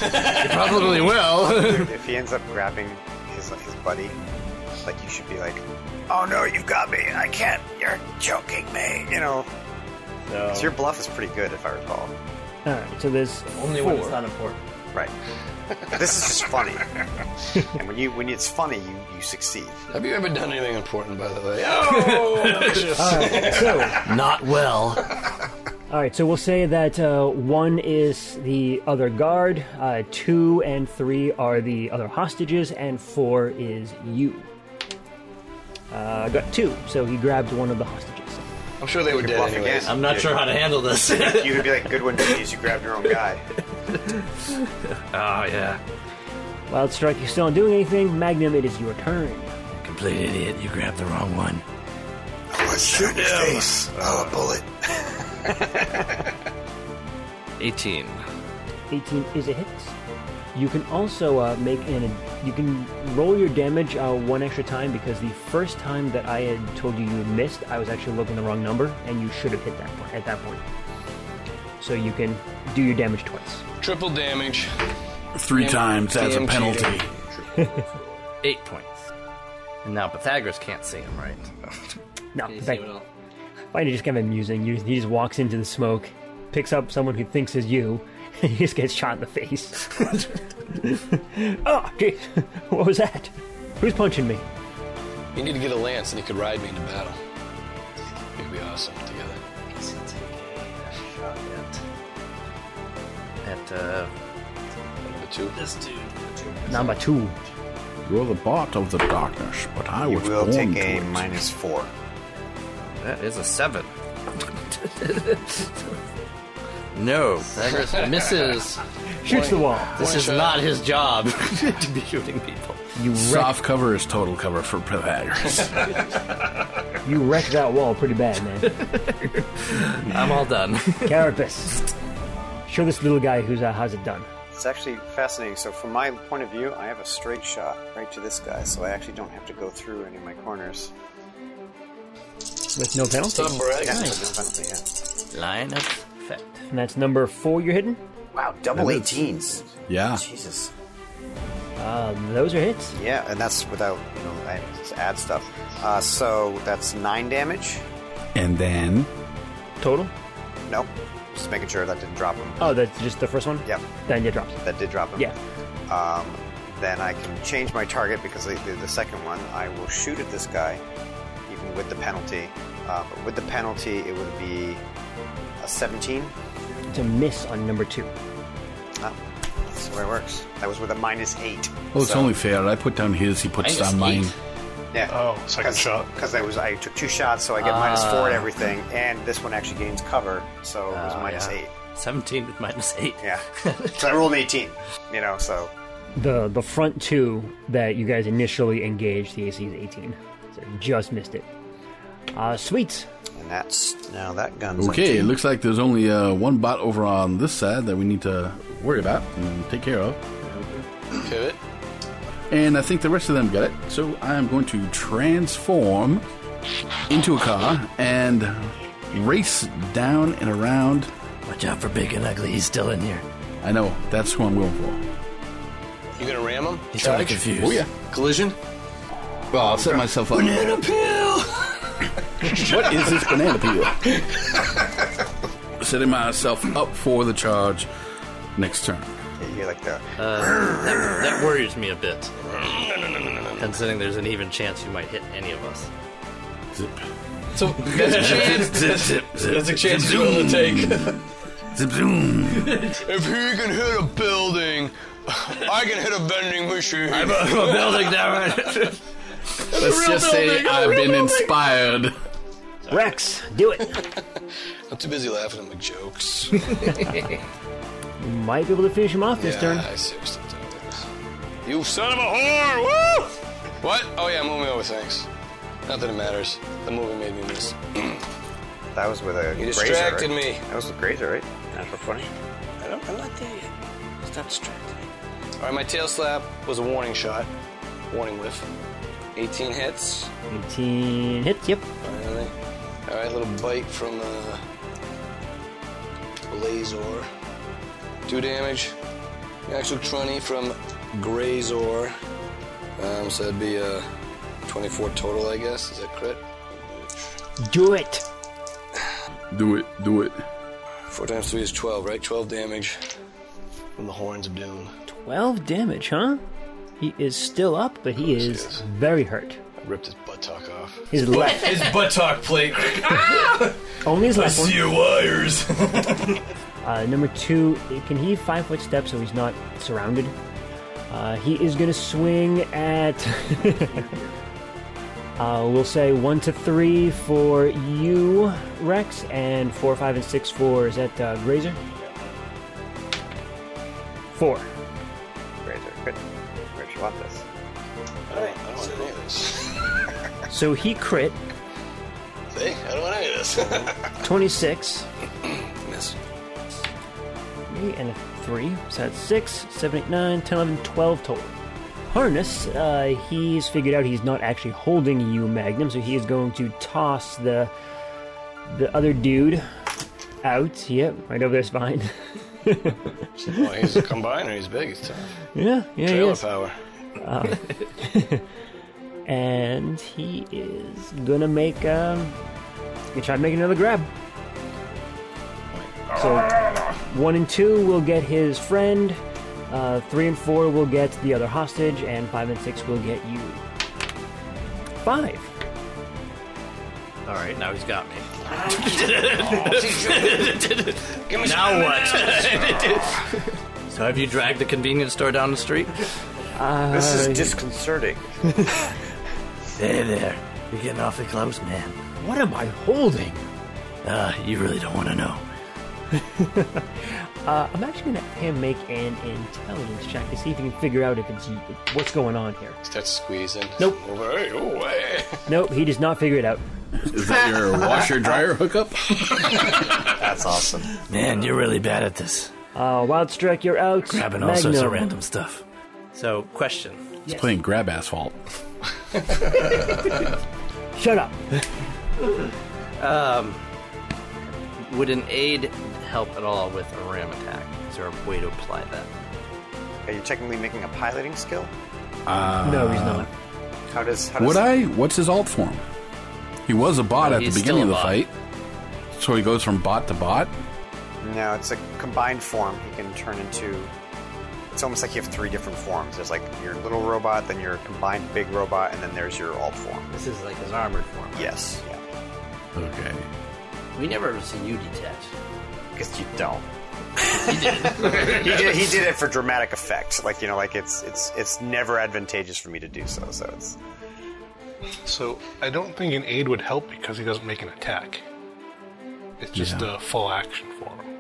Probably will. if he ends up grabbing his his buddy, like you should be like, "Oh no, you got me! I can't! You're choking me!" You know, No. So your bluff is pretty good, if I recall. All right, so there's Only four. when it's not important. Right. this is just funny. and when you when it's funny, you, you succeed. Have you ever done anything important, by the way? Alright, so- Not well. All right, so we'll say that uh, one is the other guard, uh, two and three are the other hostages, and four is you. Uh, I got two, so he grabbed one of the hostages. I'm sure they were dead anyways. I'm not sure how to handle this. you would be like Goodwin Days, you grabbed your own guy. Oh, yeah. Wild Strike, you still not doing anything. Magnum, it is your turn. Complete idiot, you grabbed the wrong one. Shoot face. Oh, a bullet. 18. 18 is a hit. You can also uh, make an. You can roll your damage uh, one extra time because the first time that I had told you you missed, I was actually looking the wrong number, and you should have hit that point at that point. So you can do your damage twice. Triple damage. Three Damn- times, that's a damn penalty. cheating. Eight points. And now Pythagoras can't see him, right? No, Can you see Pythag- what else? Fighter just kind of amusing. You- He just walks into the smoke, picks up someone who thinks is you, and he just gets shot in the face. oh, geez. what was that? Who's punching me? You need to get a lance, and he could ride me into battle. It'd be awesome together. Shot at. At, uh. Number two. This dude. Number two. You're the bot of the darkness, but I You was will born take to a it. minus four. That is a seven. no, Pythagoras misses. Shoots the wall. This is not his job to be shooting people. You wreck, Soft cover is total cover for Pythagoras. you wreck that wall pretty bad, man. I'm all done. Carapace. Show this little guy who's uh, has it done. It's actually fascinating. So, from my point of view, I have a straight shot right to this guy, so I actually don't have to go through any of my corners. With no penalty. Stop bragging. Yeah, so no penalty, yeah. Line of effect. And that's number four you're hitting? Wow, double That is- 18s. yeah. Jesus. Um, those are hits. Yeah, and that's without, you know, I just add stuff. Uh, so that's nine damage. And then Total? Nope. Just making sure that didn't drop him. Oh, that's just the first one? Yep, Then you drops. that did drop him. Yeah. Um, then I can change my target because the, the, the second one, I will shoot at this guy, even with the penalty. Uh, but with the penalty, it would be a 17. It's a miss on number two. Oh, that's the way it works. That was with a minus 8. Oh, it's only fair. I put down his, he Minus puts down mine. eight? Yeah. Oh, second shot. Because I was I took two shots, so I get minus four at everything, and this one actually gains cover, so it was Ah, minus yeah. eight. 17 with minus 8. Yeah. so I rolled an 18, you know, so. The the front two that you guys initially engaged, the AC is 18. So you just missed it. Uh, sweet. And that's. Now that gun's. Okay, it empty. looks like there's only uh, one bot over on this side that we need to worry about and take care of. Pivot. And I think the rest of them got it. So I am going to transform into a car and race down and around. Watch out for Big and Ugly, he's still in here. I know, that's who I'm going for. You gonna ram him? He's totally confused. Oh, yeah. Collision. Well, Oh, I'll set myself up. Banana peel! what is this banana peel? Setting myself up for the charge next turn. You hear like the. That worries me a bit. Considering there's an even chance you might hit any of us. So there's a chance. Zip, zip, zip. There's a chance you're gonna take. Zip, zoom. If he can hit a building, I can hit a vending machine. I'm a, building down. Let's just say I've been inspired. Rex, do it. I'm too busy laughing at my jokes. you might be able to finish him off this yeah, turn. I seriously don't do this. You son of a whore! Woo! What? Oh yeah, move me over, thanks. Not that it matters. The movie made me miss. That was with a. You grazer, distracted right? me. That was with Grazer, right? Natural 20. I don't, I'm not there yet. Stop distracting me. All right, my tail slap was a warning shot, warning whiff. 18 hits. 18 hits, yep. Finally. All right, little bite from uh, Blazor. Two damage. Actual 20 from Grazor. Um, so that'd be uh, 24 total, I guess. Is that correct? Do it. Do it. Do it. Four times three is twelve, right? Twelve damage from the horns of doom. 12 damage, huh? He is still up, but he is very hurt. I ripped his buttock off. His left. His buttock plate. Only his I left one. see your wires. Uh, number two, can he five foot step so he's not surrounded? Uh, he is going to swing at. uh, we'll say one to three for you, Rex, and four, five, and six for is that uh, Grazer? Four. Razor, good. Where do you want this? I don't, I don't want any of this. So he crit See? I don't want any of this. twenty six. Miss. Three and a three. So that's six, seven, eight, nine, ten, eleven, twelve total. Harness, uh, he's figured out he's not actually holding you, Magnum, so he is going to toss the the other dude out. Yep, right over there's fine. Oh, he's a combiner. He's big. He's tough. yeah, yeah, he Trailer is. power. Um, and he is gonna make um he's gonna try to make another grab. So one and two will get his friend, uh, three and four will get the other hostage, and five and six will get you. Five. All right, now he's got me. Give me now what? so have you dragged the convenience store down the street? Uh, This is disconcerting. Hey there. You're getting awfully close, man. what am I holding? Uh, you really don't want to know. Uh, I'm actually gonna have him make an intelligence check to see if he can figure out if it's what's going on here. Starts squeezing. Nope. Over. Hey, oh, hey. Nope, he does not figure it out. Is that your washer dryer hookup? That's awesome. Man, you're really bad at this. Uh, Wild Strike, you're out. Grabbing all sorts of Magnum. random stuff. So, question. It's playing grab asphalt. Shut up. Would an aid help at all with a ram attack? Is there a way to apply that? Are you technically making a piloting skill? no, he's not. How does how does Would I? What's his alt form? He was a bot No, at the he's beginning of the still a fight. So he goes from bot to bot. No, it's a combined form. He can turn into. It's almost like you have three different forms. There's like your little robot, then your combined big robot, and then there's your alt form. This is like his armored form. right? Yes. Yeah. Okay. We never see you detach. Guess you don't. he did. He did it for dramatic effect. Like you know, like it's it's it's never advantageous for me to do so. So it's So I don't think an aid would help because he doesn't make an attack. It's just Yeah. a full action for him.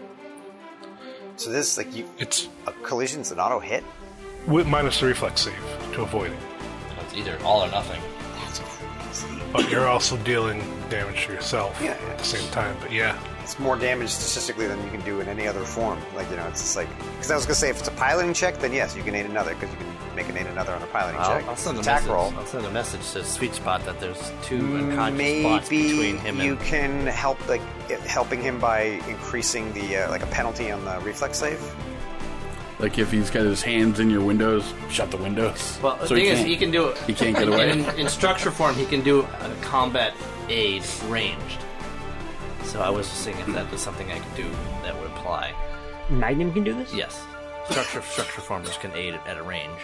so this like you It's a collision's an auto hit. with minus the reflex save to avoid it, It's either all or nothing. but you're also dealing damage to yourself at the same time. But yeah, It's more damage statistically than you can do in any other form. Like you know, it's just like because I was gonna say if it's a piloting check, then yes, you can aid another because you can make an aid another on a piloting check. I'll, I'll send a Attack message. roll. I'll send a message to Sweet Spot that there's two unconscious spots Maybe between him you and. can help like it- helping him by increasing the uh, like a penalty on the reflex save. Like if he's got his hands in your windows, shut the windows. Well, the So thing is, can't- he can do it. He can't get away. In, in structure form, he can do a combat aid ranged. So I was just thinking if that was something I could do that would apply. Magnum can do this? Yes, structure structure formers can aid at a range.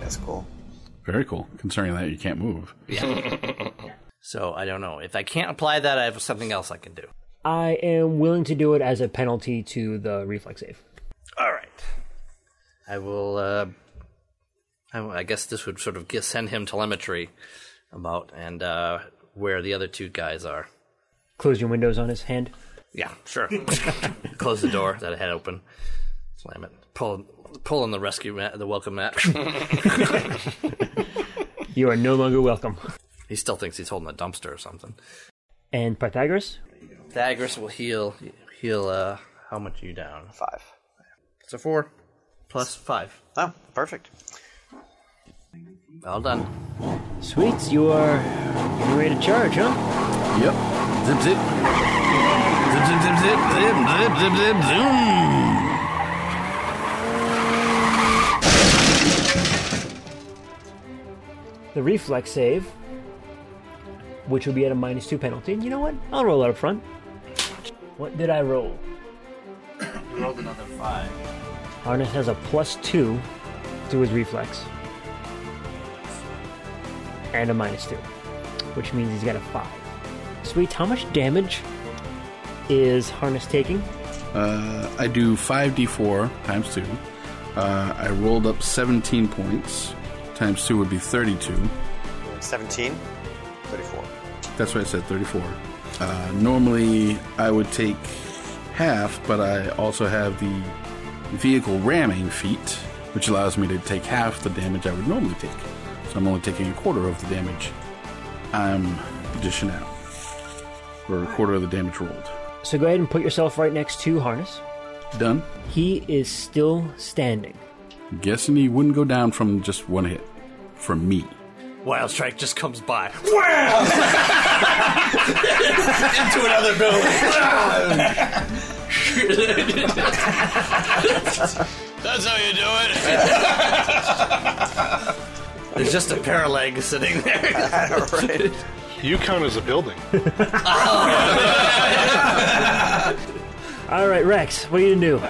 That's cool. Very cool. Concerning that you can't move. So I don't know if I can't apply that. I have something else I can do. I am willing to do it as a penalty to the reflex save. All right. I will. Uh, I, will- I guess this would sort of g- send him telemetry about and uh, where the other two guys are. Close your windows on his hand. Yeah, sure. Close the door that I had open. Slam it. Pull, pull on the rescue mat, the welcome mat. You are no longer welcome. he still thinks he's holding a dumpster or something. And Pythagoras? Thagris will heal. Heal. Uh, how much are you down? Five. It's a four, plus five. Oh, perfect. All done. Sweets, you are getting ready to charge, huh? Yep. Zip zip. Zip zip zip zip zip zip zip zip zoom. The reflex save, which will be at a minus two penalty. And you know what? I'll roll out up front. What did I roll? You rolled another five. Arnett has a plus two to his reflex. And a minus two. Which means he's got a five. Sweet, how much damage is Harness taking? Uh, I do 5d4 times 2. Uh, I rolled up 17 points. Times 2 would be 32. 17, 34. That's why I said 34. Uh, normally, I would take half, but I also have the vehicle ramming feat, which allows me to take half the damage I would normally take. So I'm only taking a quarter of the damage I'm dishing out, or a quarter of the damage rolled. So go ahead and put yourself right next to Harness. Done. He is still standing. Guessing he wouldn't go down from just one hit. From me. Wild Strike just comes by. Into another building. That's how you do it. There's just a paraleg sitting there. You count as a building. All right, Rex, what are you gonna do?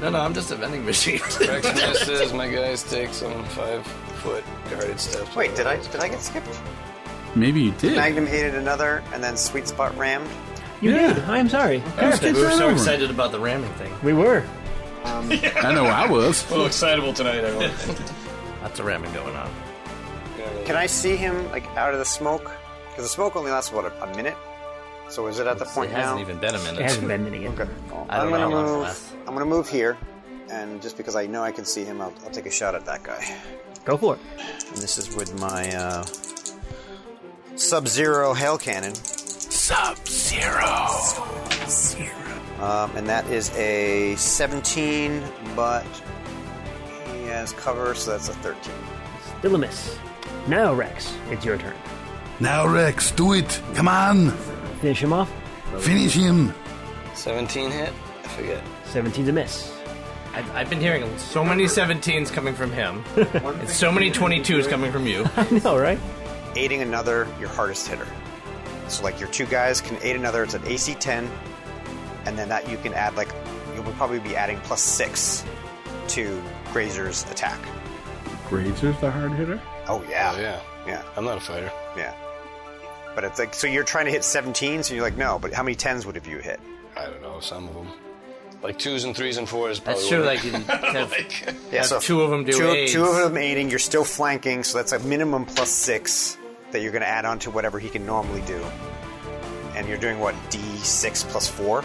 No, no, I'm just a vending machine. Rex just says my guys take some five foot guarded steps. Wait, did I did I get skipped? Maybe you did. Magnum hated another, and then Sweet Spot rammed. You did. I'm sorry. we were so excited about the ramming thing. We were. I know I was. little excitable tonight, everyone. Lots of ramming going on. Can I see him like out of the smoke? Because the smoke only lasts what a, a minute. So is it at the point It hasn't now? even been a minute. Okay. Well, I I'm don't gonna know how long it lasts. move. I'm gonna move here, and just because I know I can see him, I'll, I'll take a shot at that guy. Go for it. And this is with my uh, Sub-Zero hail cannon. Sub-Zero. Um, and that is a 17, but he has cover, so that's a 13. Still a miss. Now, Rex, it's your turn. Now, Rex, do it. Come on. Finish him off. Finish him. 17 hit? I forget. 17's a miss. I've, I've been hearing so many 17s coming from him, and so many 22s coming from you. I know, right? Aiding another, your hardest hitter. So like your two guys can aid another. It's an AC 10, and then that you can add like you will probably be adding plus six to Grazer's attack. Grazer's the hard hitter? Oh yeah. Oh, yeah. Yeah. I'm not a fighter. Yeah. But it's like, so you're trying to hit 17, so you're like, no, but how many 10s would have you hit? I don't know, some of them. Like twos and threes and fours. Probably That's true. what- Like, you have, Yeah, have so two of them do two, aids. two of them aiding, you're still flanking, so that's a minimum plus six that you're going to add on to whatever he can normally do. And you're doing what, D6 plus four?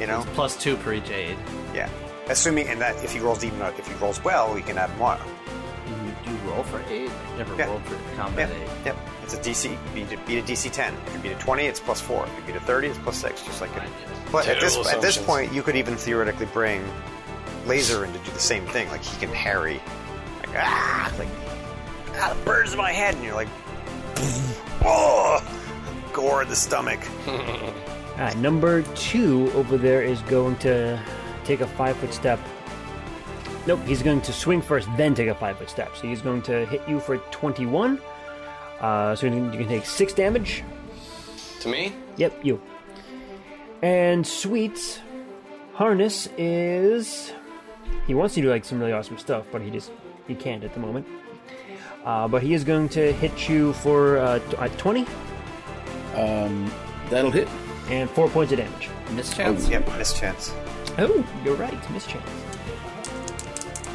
You know? Plus two per each aid. Yeah. Assuming, and that if he rolls even, if he rolls well, he can add more. You do roll for aid? I never Yeah. rolled for Yep. combat aid. Yep. It's a DC. Beat a, beat a DC 10. If you beat a 20, it's plus 4. If you beat a 30, it's plus 6. Just like it. But at this, Terrible at this assumptions. point, you could even theoretically bring Laser in to do the same thing. Like, he can parry. Like, ah! Like, ah, the bird's in my head. And you're like, oh! Gore in the stomach. Ah, number two over there is going to take a five foot step. Nope, he's going to swing first, then take a five foot step. So he's going to hit you for 21. Uh, so you can you can take six damage. To me? Yep, you. And Sweet's harness is. He wants to do like some really awesome stuff, but he just he can't at the moment. Uh, but he is going to hit you for uh, t- uh, twenty Um, that'll hit. and four points of damage. Mischance? Yep, mischance. Oh, you're right, mischance.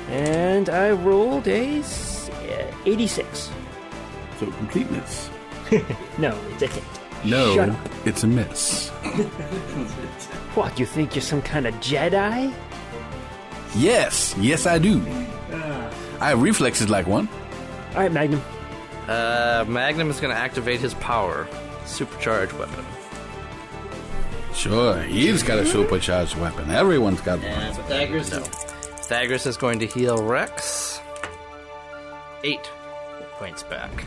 And I rolled a s- uh, eighty-six. So, completeness. No, it's a hit. No, Shut up. it's a miss. What? You think you're some kind of Jedi? Yes, yes, I do. I have reflexes like one. All right, Magnum. Uh, Magnum is going to activate his power, supercharge weapon. Sure, he's got a supercharged weapon. Everyone's got one. And daggers. No. Thagris is going to heal Rex. Eight points back.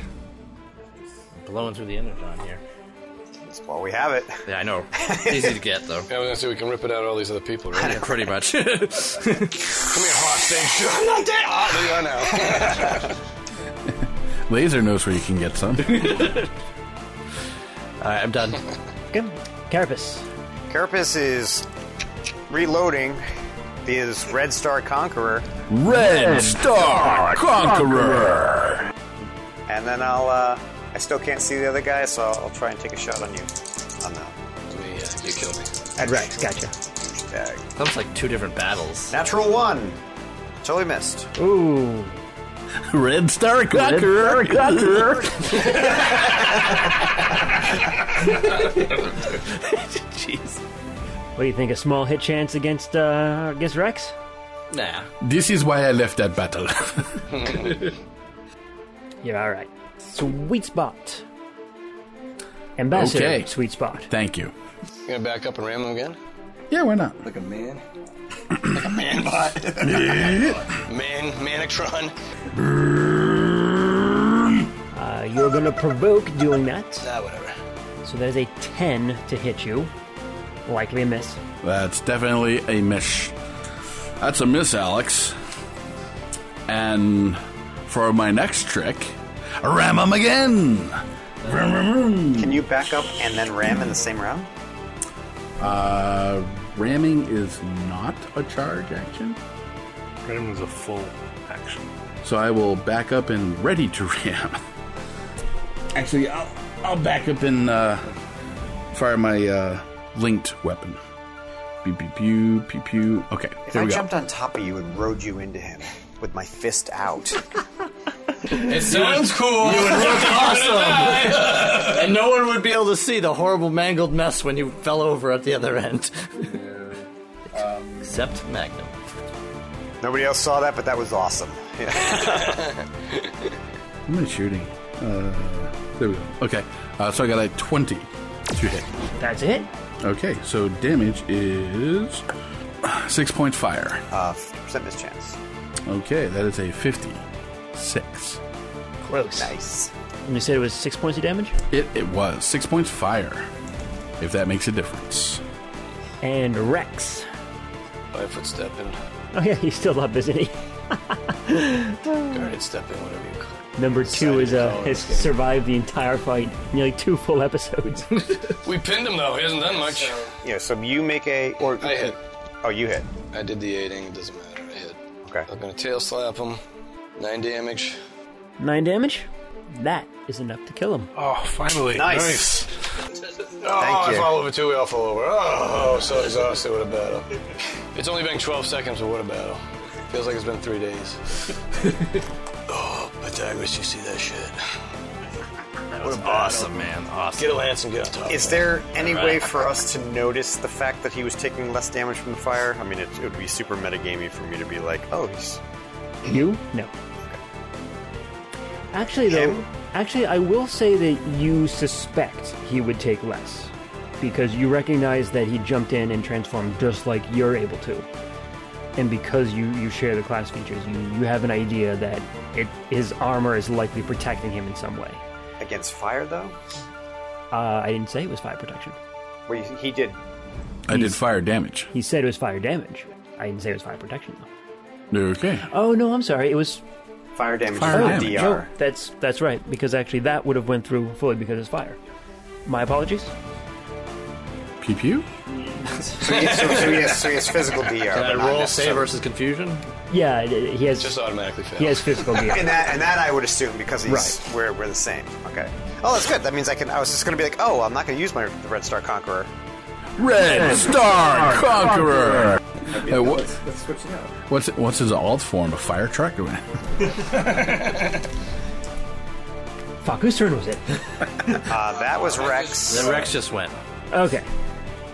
Blowing through the energon here. That's why we have it. Yeah, I know. Easy to get though. Yeah, I was gonna say we can rip it out of all these other people, right? Yeah, pretty much. Come here, hostage. I'm not dead. Ah, there you are now. Laser knows where you can get some. All right, I'm done. Okay, Carapace. Carapace is reloading his Red Star Conqueror. Red Star Conqueror. And then I'll, uh, I still can't see the other guy, so I'll try and take a shot on you. On that. Yeah, you killed me. At Rex, gotcha. That was like two different battles. Natural one. Totally missed. Ooh. Red Star Conqueror. Conqueror. Jeez. What do you think? A small hit chance against uh, against Rex? Nah. This is why I left that battle. You're all right. Sweet spot. Ambassador. Okay. Sweet spot. Thank you. You gonna back up and ram him again? Yeah, why not? Like a man. like a man bot. man, Manatron. Uh, you're gonna provoke doing that. Ah, whatever. So that is a ten to hit you. Likely a miss. That's definitely a miss. That's a miss, Alex. And for my next trick, ram him again. Can you back up and then ram in the same round? Uh, ramming is not a charge action. Ram is a full action. So I will back up and ready to ram. Actually, I'll, I'll back up and uh, fire my uh, linked weapon. Pew, pew, pew, pew, pew. Okay, If there I we go. jumped on top of you and rode you into him with my fist out. It sounds cool. You would look awesome. die. and no one would be able to see the horrible mangled mess when you fell over at the other end. um, Except Magnum. Nobody else saw that, but that was awesome. How many shooting? Uh, there we go. Okay, uh, so I got a 20 to hit. That's it? Okay, so damage is six points fire. Uh, percent mischance. Okay, that is a 56. Close. Nice. And you said it was six points of damage? It, it was six points fire, if that makes a difference. And Rex. Five foot step in. Oh yeah, he's still up, isn't he? Guarded step in, whatever you call Number two is uh, has survived the entire fight, nearly two full episodes. it. We pinned him though. He hasn't done much. Yeah, so you make a or I hit. Oh, you hit. I did the aiding. It doesn't matter. I hit. Okay. I'm gonna tail slap him. Nine damage. Nine damage? That is enough to kill him. Oh, finally. Nice. Oh, I you. fall over too. We all fall over. Oh, so exhausted. What a battle. It's only been 12 seconds, but what a battle. Feels like it's been three days. oh, Pythagoras, you see that shit. That was awesome, man. Awesome. Get a lance and get on top. Is there any way for us to notice the fact that he was taking less damage from the fire? I mean, it, it would be super metagamey for me to be like, oh, he's. You? No. Actually, though, actually, I will say that you suspect he would take less because you recognize that he jumped in and transformed just like you're able to, and because you you share the class features, you you have an idea that it his armor is likely protecting him in some way. Against fire, though? Uh, I didn't say it was fire protection. Well, he- he did. I did fire damage. He said it was fire damage. I didn't say it was fire protection though. Okay. Oh no, I'm sorry. It was fire damage. Fire oh, damage. no, that's that's right because actually that would have went through fully because it's fire. My apologies. Pew pew? So he, so, so he has, so he has physical DR. Can I but not roll necessarily- save versus confusion? Yeah, it- it- he has just automatically fail. he has physical DR. and that and that I would assume because he's we're, we're the same. Okay. Oh, that's good. That means I can. I was just going to be like, oh, I'm not going to use my Red Star Conqueror. Red Star Conqueror! That'd be- Uh, what, Let's switch it out. what's, what's his alt form? A fire truck? Fuck, whose turn was it? Uh, that was Rex. Then Rex just went. Okay.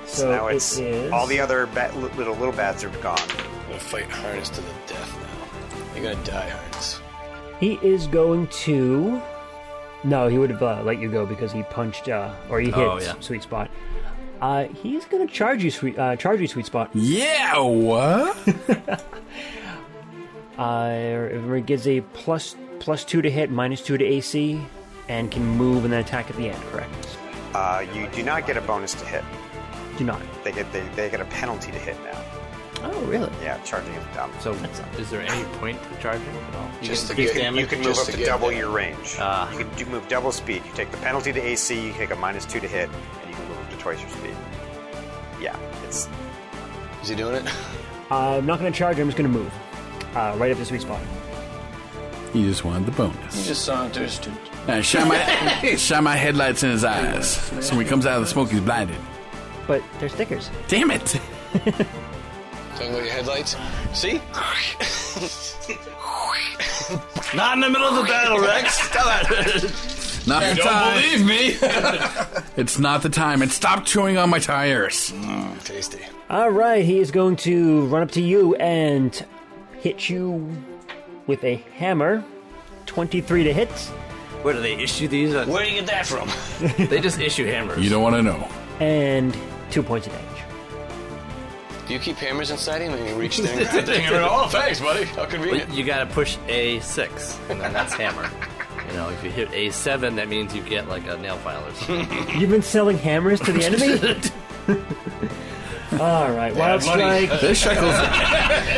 So now it's all the other bat, li- little little bats are gone. I'm gonna fight Harness to the death now. You're gonna die, Harness. He is going to. No, he would have uh, let you go because he punched uh, or he hit Oh, yeah. sweet spot. Uh, he's gonna charge you sweet uh, charge you sweet spot. Yeah, what? Uh, it gives a plus plus two to hit, minus two to AC, and can move and then attack at the end. Correct? Uh, you do not get a bonus to hit. Do not. They get they, they get a penalty to hit now. Oh, really? Yeah, charging is dumb. So, is there any point to charging at all? You Just can to do get- damage you can move just up to, get double there. your range. Ah. You can do, move double speed. You take the penalty to AC, you take a minus two to hit, and you can move up to twice your speed. yeah, it's. Is he doing it? Uh, I'm not going to charge. I'm just going to move uh, right up the sweet spot. He just wanted the bonus. He just saw it. There's two. Now, Uh, shine my shine my headlights in his eyes. So when he comes out of the smoke, he's blinded. But they're stickers. Damn it! Talking about your headlights. See? Not in the middle of the battle, Rex. Stop it. Not you the don't time. believe me. It's not the time. And stop chewing on my tires. tasty. All right, he is going to run up to you and hit you with a hammer. 23 to hit. Where do they issue these? On? Where do you get that from? they just issue hammers. You don't want to know. And two points of damage. Do you keep hammers inside him and you reach down? and grab Dang it? it. oh, thanks, buddy. How convenient. But you gotta push A6, and then that's hammer. You know, if you hit A7, that means you get like a nail file or something. You've been selling hammers to the enemy? All right, Wild bloody- Strike. Their shekels-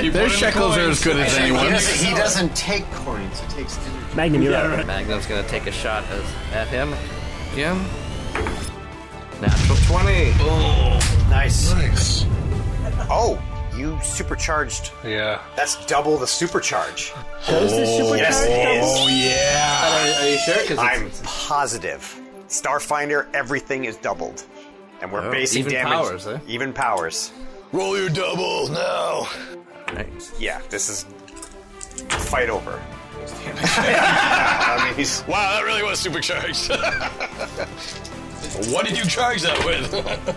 You their put in shekels are coins. as good as Actually, he anyone's. doesn't- He doesn't take coins. He takes energy. Magnum, you're Yeah, up. right. Magnum's gonna take a shot as, at him. Jim. Natural 20. Oh, nice. Nice. Oh, you supercharged. Yeah. That's double the supercharge. Does the Oh, supercharge yes, it double? is. Oh, yeah. Are- are you sure? 'Cause it's- I'm positive. Starfinder, everything is doubled. And we're Oh, basing even damage. powers, eh? Even powers. Roll your double now. Yeah, this is fight over. Wow, that really was supercharged. what did you charge that with?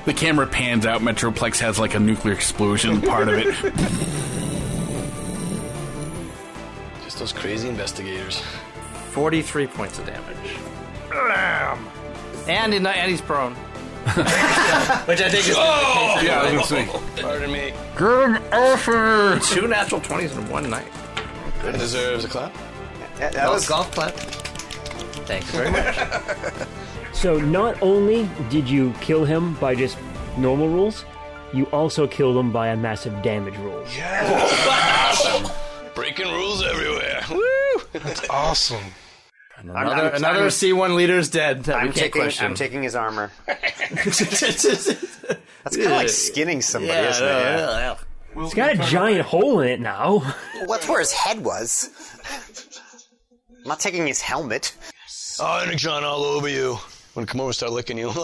The camera pans out. Metroplex has like a nuclear explosion part of it. Just those crazy investigators. 43 points of damage. Blam! And, in, and he's prone. Which I think is. Oh! yeah, I was gonna Pardon me. Good offer! Two natural 20s in one night. That deserves a clap. That, Golf- golf clap. Thanks very much. So not only did you kill him by just normal rules, you also killed him by a massive damage rule. Breaking rules everywhere. Woo! That's awesome. Another, another C1 leader is dead. that we I'm can't taking, question. I'm taking his armor. That's kind of like skinning somebody, Yeah, isn't it? yeah, Yeah. It's got a giant hole in it now. Well, that's where his head was. I'm not taking his helmet. Oh, Energon all over you. I'm gonna come over and start licking you.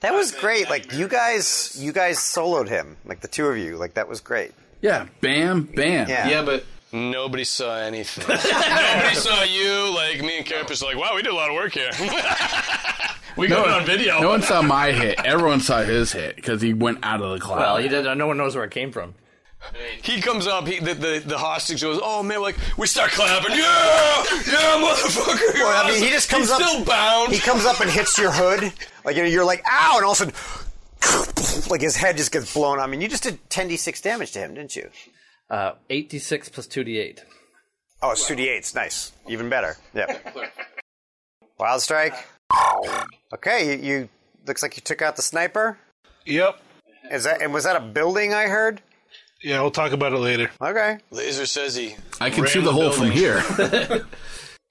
That was great. Like you guys, you guys soloed him. Like the two of you. Like that was great. Yeah, bam, bam. Yeah. Yeah, but nobody saw anything. nobody saw you. Like me and Carapace are like, wow, we did a lot of work here. we got it on video. No one saw my hit. Everyone saw his hit because he went out of the cloud. Well, he did, no one knows where it came from. He comes up. He, the, the the hostage goes, "Oh man!" Like we start clapping. Yeah, yeah, motherfucker. you're Well, I mean, awesome." he just comes He's up. Still bound. He comes up and hits your hood. Like you know, you're like, ow, and all of a sudden, like his head just gets blown. I mean, you just did 10d6 damage to him, didn't you? Uh, 86 plus 2d8. Oh, it's 2d8s. Nice. Even better. Yep. Wild strike. Okay, you, you looks like you took out the sniper. Yep. Is that and was that a building I heard? Yeah, we'll talk about it later. Okay. Laser says he. I can ran see the, the hole from here.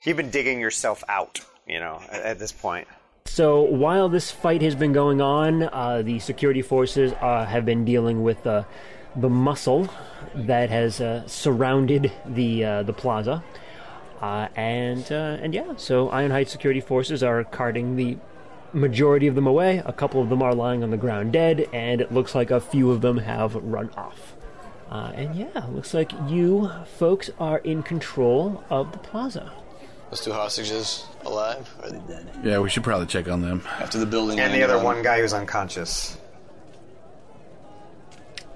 You've been digging yourself out, you know, at, at this point. So while this fight has been going on, uh, the security forces uh, have been dealing with uh, the muscle that has uh, surrounded the uh, the plaza, uh, and uh, and yeah, so Iron Heights security forces are carting the majority of them away. A couple of them are lying on the ground dead, and it looks like a few of them have run off. Uh, and yeah, looks like you folks are in control of the plaza. Those two hostages alive? Are they dead? yeah, we should probably check on them. After the building. And the other one guy who's unconscious.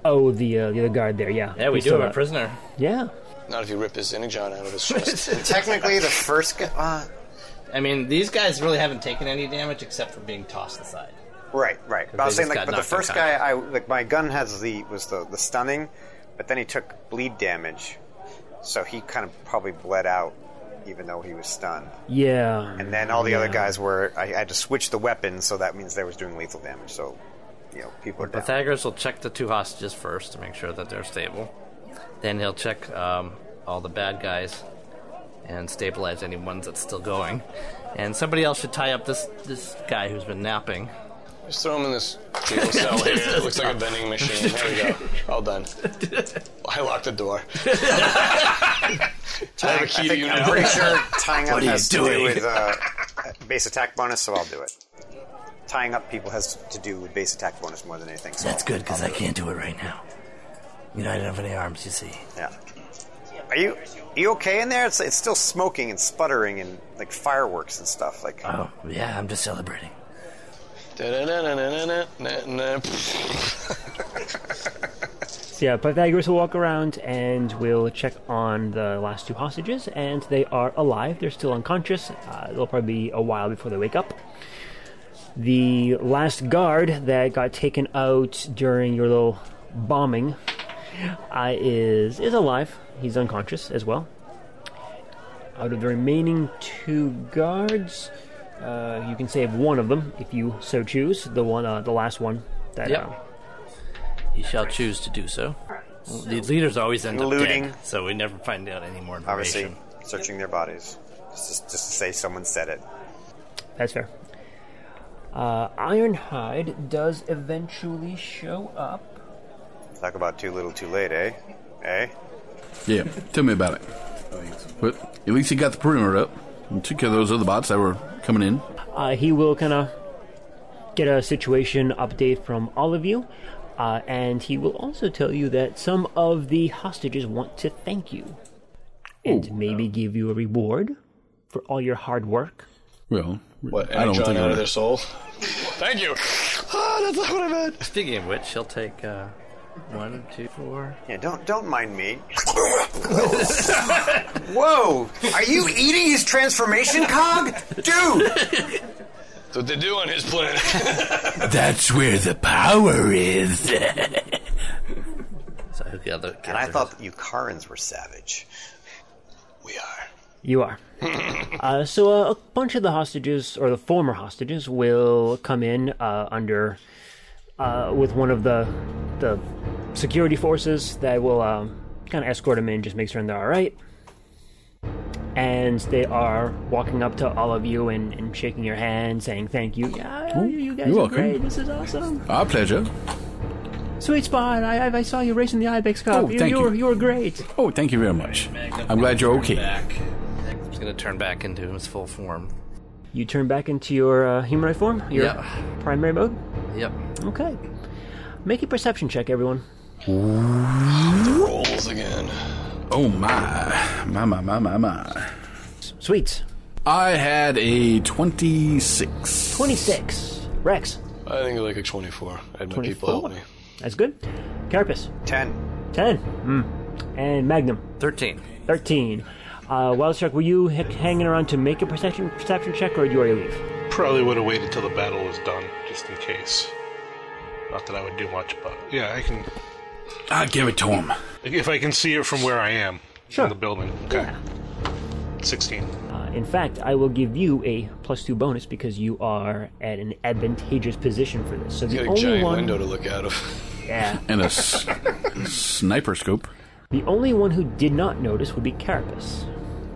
Oh, the uh, the other guard there, yeah. Yeah, we He's do still have a up. prisoner. Yeah. Not if you rip his energon out of his chest. Technically, the first guy. Uh, I mean, these guys really haven't taken any damage except for being tossed aside. Right, right. But I they was just saying, got like, but the knocked first guy, unconscious. I like, my gun has the was the the stunning, but then he took bleed damage, so he kind of probably bled out, even though he was stunned. Yeah. And then all the other Yeah. guys were. I, I had to switch the weapon, so that means they was doing lethal damage. So, you know, people are down. Pythagoras will check the two hostages first to make sure that they're stable. Then he'll check um, all the bad guys and stabilize any ones that's still going. And somebody else should tie up this this guy who's been napping. Just throw him in this jail cell here. It looks like a vending machine. There we go. All done. I locked the door. I have a key to you I'm now. pretty sure tying up What are you has to do doing? with uh, base attack bonus, so I'll do it. Tying up people has to do with base attack bonus more than anything. So That's good because I I'll do can't do it right now. You know, I don't have any arms, you see. it. Yeah. Are you you okay in there? It's it's still smoking and sputtering and like fireworks and stuff. Like oh Yeah, I'm just celebrating. So yeah, Pythagoras will walk around and we'll check on the last two hostages, and they are alive. They're still unconscious. Uh, it'll probably be a while before they wake up. The last guard that got taken out during your little bombing uh, is is alive. He's unconscious as well. Out of the remaining two guards, uh, you can save one of them if you so choose. The one, uh, the last one that Yep. uh, He shall choose to do so. The leaders always end Looting. up dead, so we never find out any more obviously information. searching their bodies just just to say someone said it. That's fair. Uh, Ironhide does eventually show up. Talk about too little, too late, eh? Eh? Yeah, tell me about it. But at least he got the perimeter up and took care of those other bots that were coming in. Uh, he will kind of get a situation update from all of you, uh, and he will also tell you that some of the hostages want to thank you and maybe give you a reward for all your hard work. Well, What? I don't energon think out I- of their soul. Thank you. Ah, that's not what I meant. Speaking of which, he'll take uh, one, two, four. Yeah, don't don't mind me. Whoa! Are you eating his transformation cog, dude? That's what they do on his planet. That's where the power is. so who got And I thought that you Karens were savage. You are. uh, so uh, a bunch of the hostages, or the former hostages, will come in uh, under uh, with one of the the security forces that will um, kind of escort them in, just make sure they're all right. And they are walking up to all of you and, and shaking your hand, saying thank you. Yeah, you you guys you're are welcome. great. This is awesome. Our pleasure. Sweet spot. I I- I saw you racing the Ibex Cup. Oh, thank you. You're, you're great. Oh, thank you very much. I'm glad you're okay. He's gonna turn back into his full form. You turn back into your uh, humanoid form, your Yeah. primary mode. Yep. Okay. Make a perception check, everyone. Rolls again. Oh my, my my my my my. Sweet. I had a twenty-six. Twenty-six. Rex. I think like a 24. I had my people help me. That's good. Carapace. Ten. Ten. Hmm. Mm. And Magnum. Thirteen. Thirteen. Uh, Wildstruck, were you h- hanging around to make a perception perception check, or did you already leave? Probably would have waited till the battle was done, just in case. Not that I would do much, but yeah, I can. I Ah, give it to him. If I can see it from where I am Sure. in the building. Okay. Sixteen. Uh, in fact, I will give you a plus two bonus because you are at an advantageous position for this. So He's the got a only giant one, window to look out of. yeah, And a s- sniper scope. The only one who did not notice would be Carapace.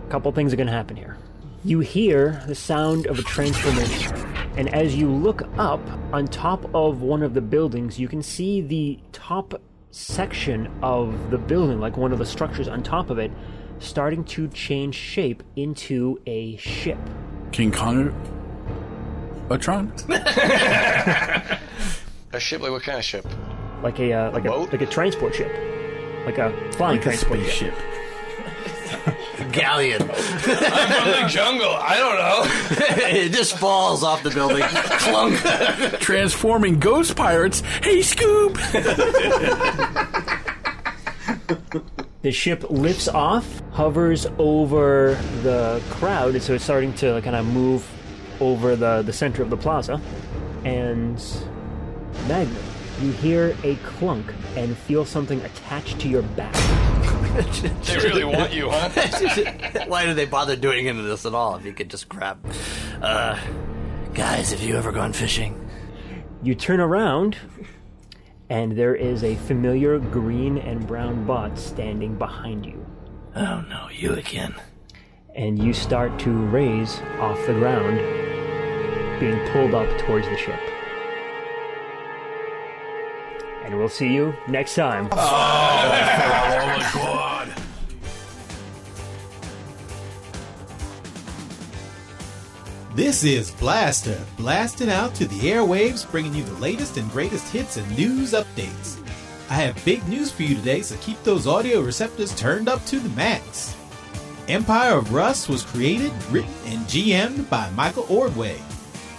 A couple things are going to happen here. You hear the sound of a transformation, and as you look up on top of one of the buildings, you can see the top section of the building, like one of the structures on top of it, starting to change shape into a ship. King Connor. Atron. A ship? Like what kind of ship? like a uh, like a, like a transport ship, like a flying transport ship. Galleon. I'm from the jungle. I don't know. it just falls off the building. Clunk. Transforming ghost pirates. Hey, Scoop. The ship lifts off, hovers over the crowd, so it's starting to kind of move over the, the center of the plaza. And Magnum, you hear a clunk and feel something attached to your back. they really want you, huh? Why do they bother doing into this at all if you could just grab. Uh, guys, have you ever gone fishing? You turn around, and there is a familiar green and brown bot standing behind you. Oh no, you again. and you start to raise off the ground, being pulled up towards the ship. And we'll see you next time. This is Blaster, blasting out to the airwaves, bringing you the latest and greatest hits and news updates. I have big news for you today, so keep those audio receptors turned up to the max. Empire of Rust was created, written, and GM'd by Michael Ordway.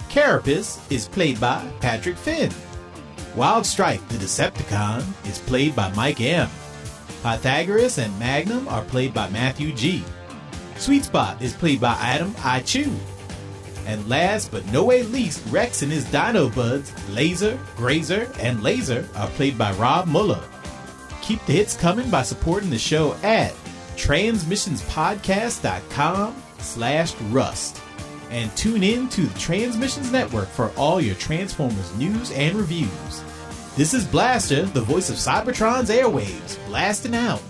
Carapace is played by Patrick Finn. Wild Strike, the Decepticon, is played by Mike M. Pythagoras and Magnum are played by Matthew G. Sweet Spot is played by Adam I Chew. And last but no way least, Rex and his dino buds, Laser, Grazer, and Laser, are played by Rob Muller. Keep the hits coming by supporting the show at transmissionspodcast.com slash rust. And tune in to the Transmissions Network for all your Transformers news and reviews. This is Blaster, the voice of Cybertron's airwaves, blasting out.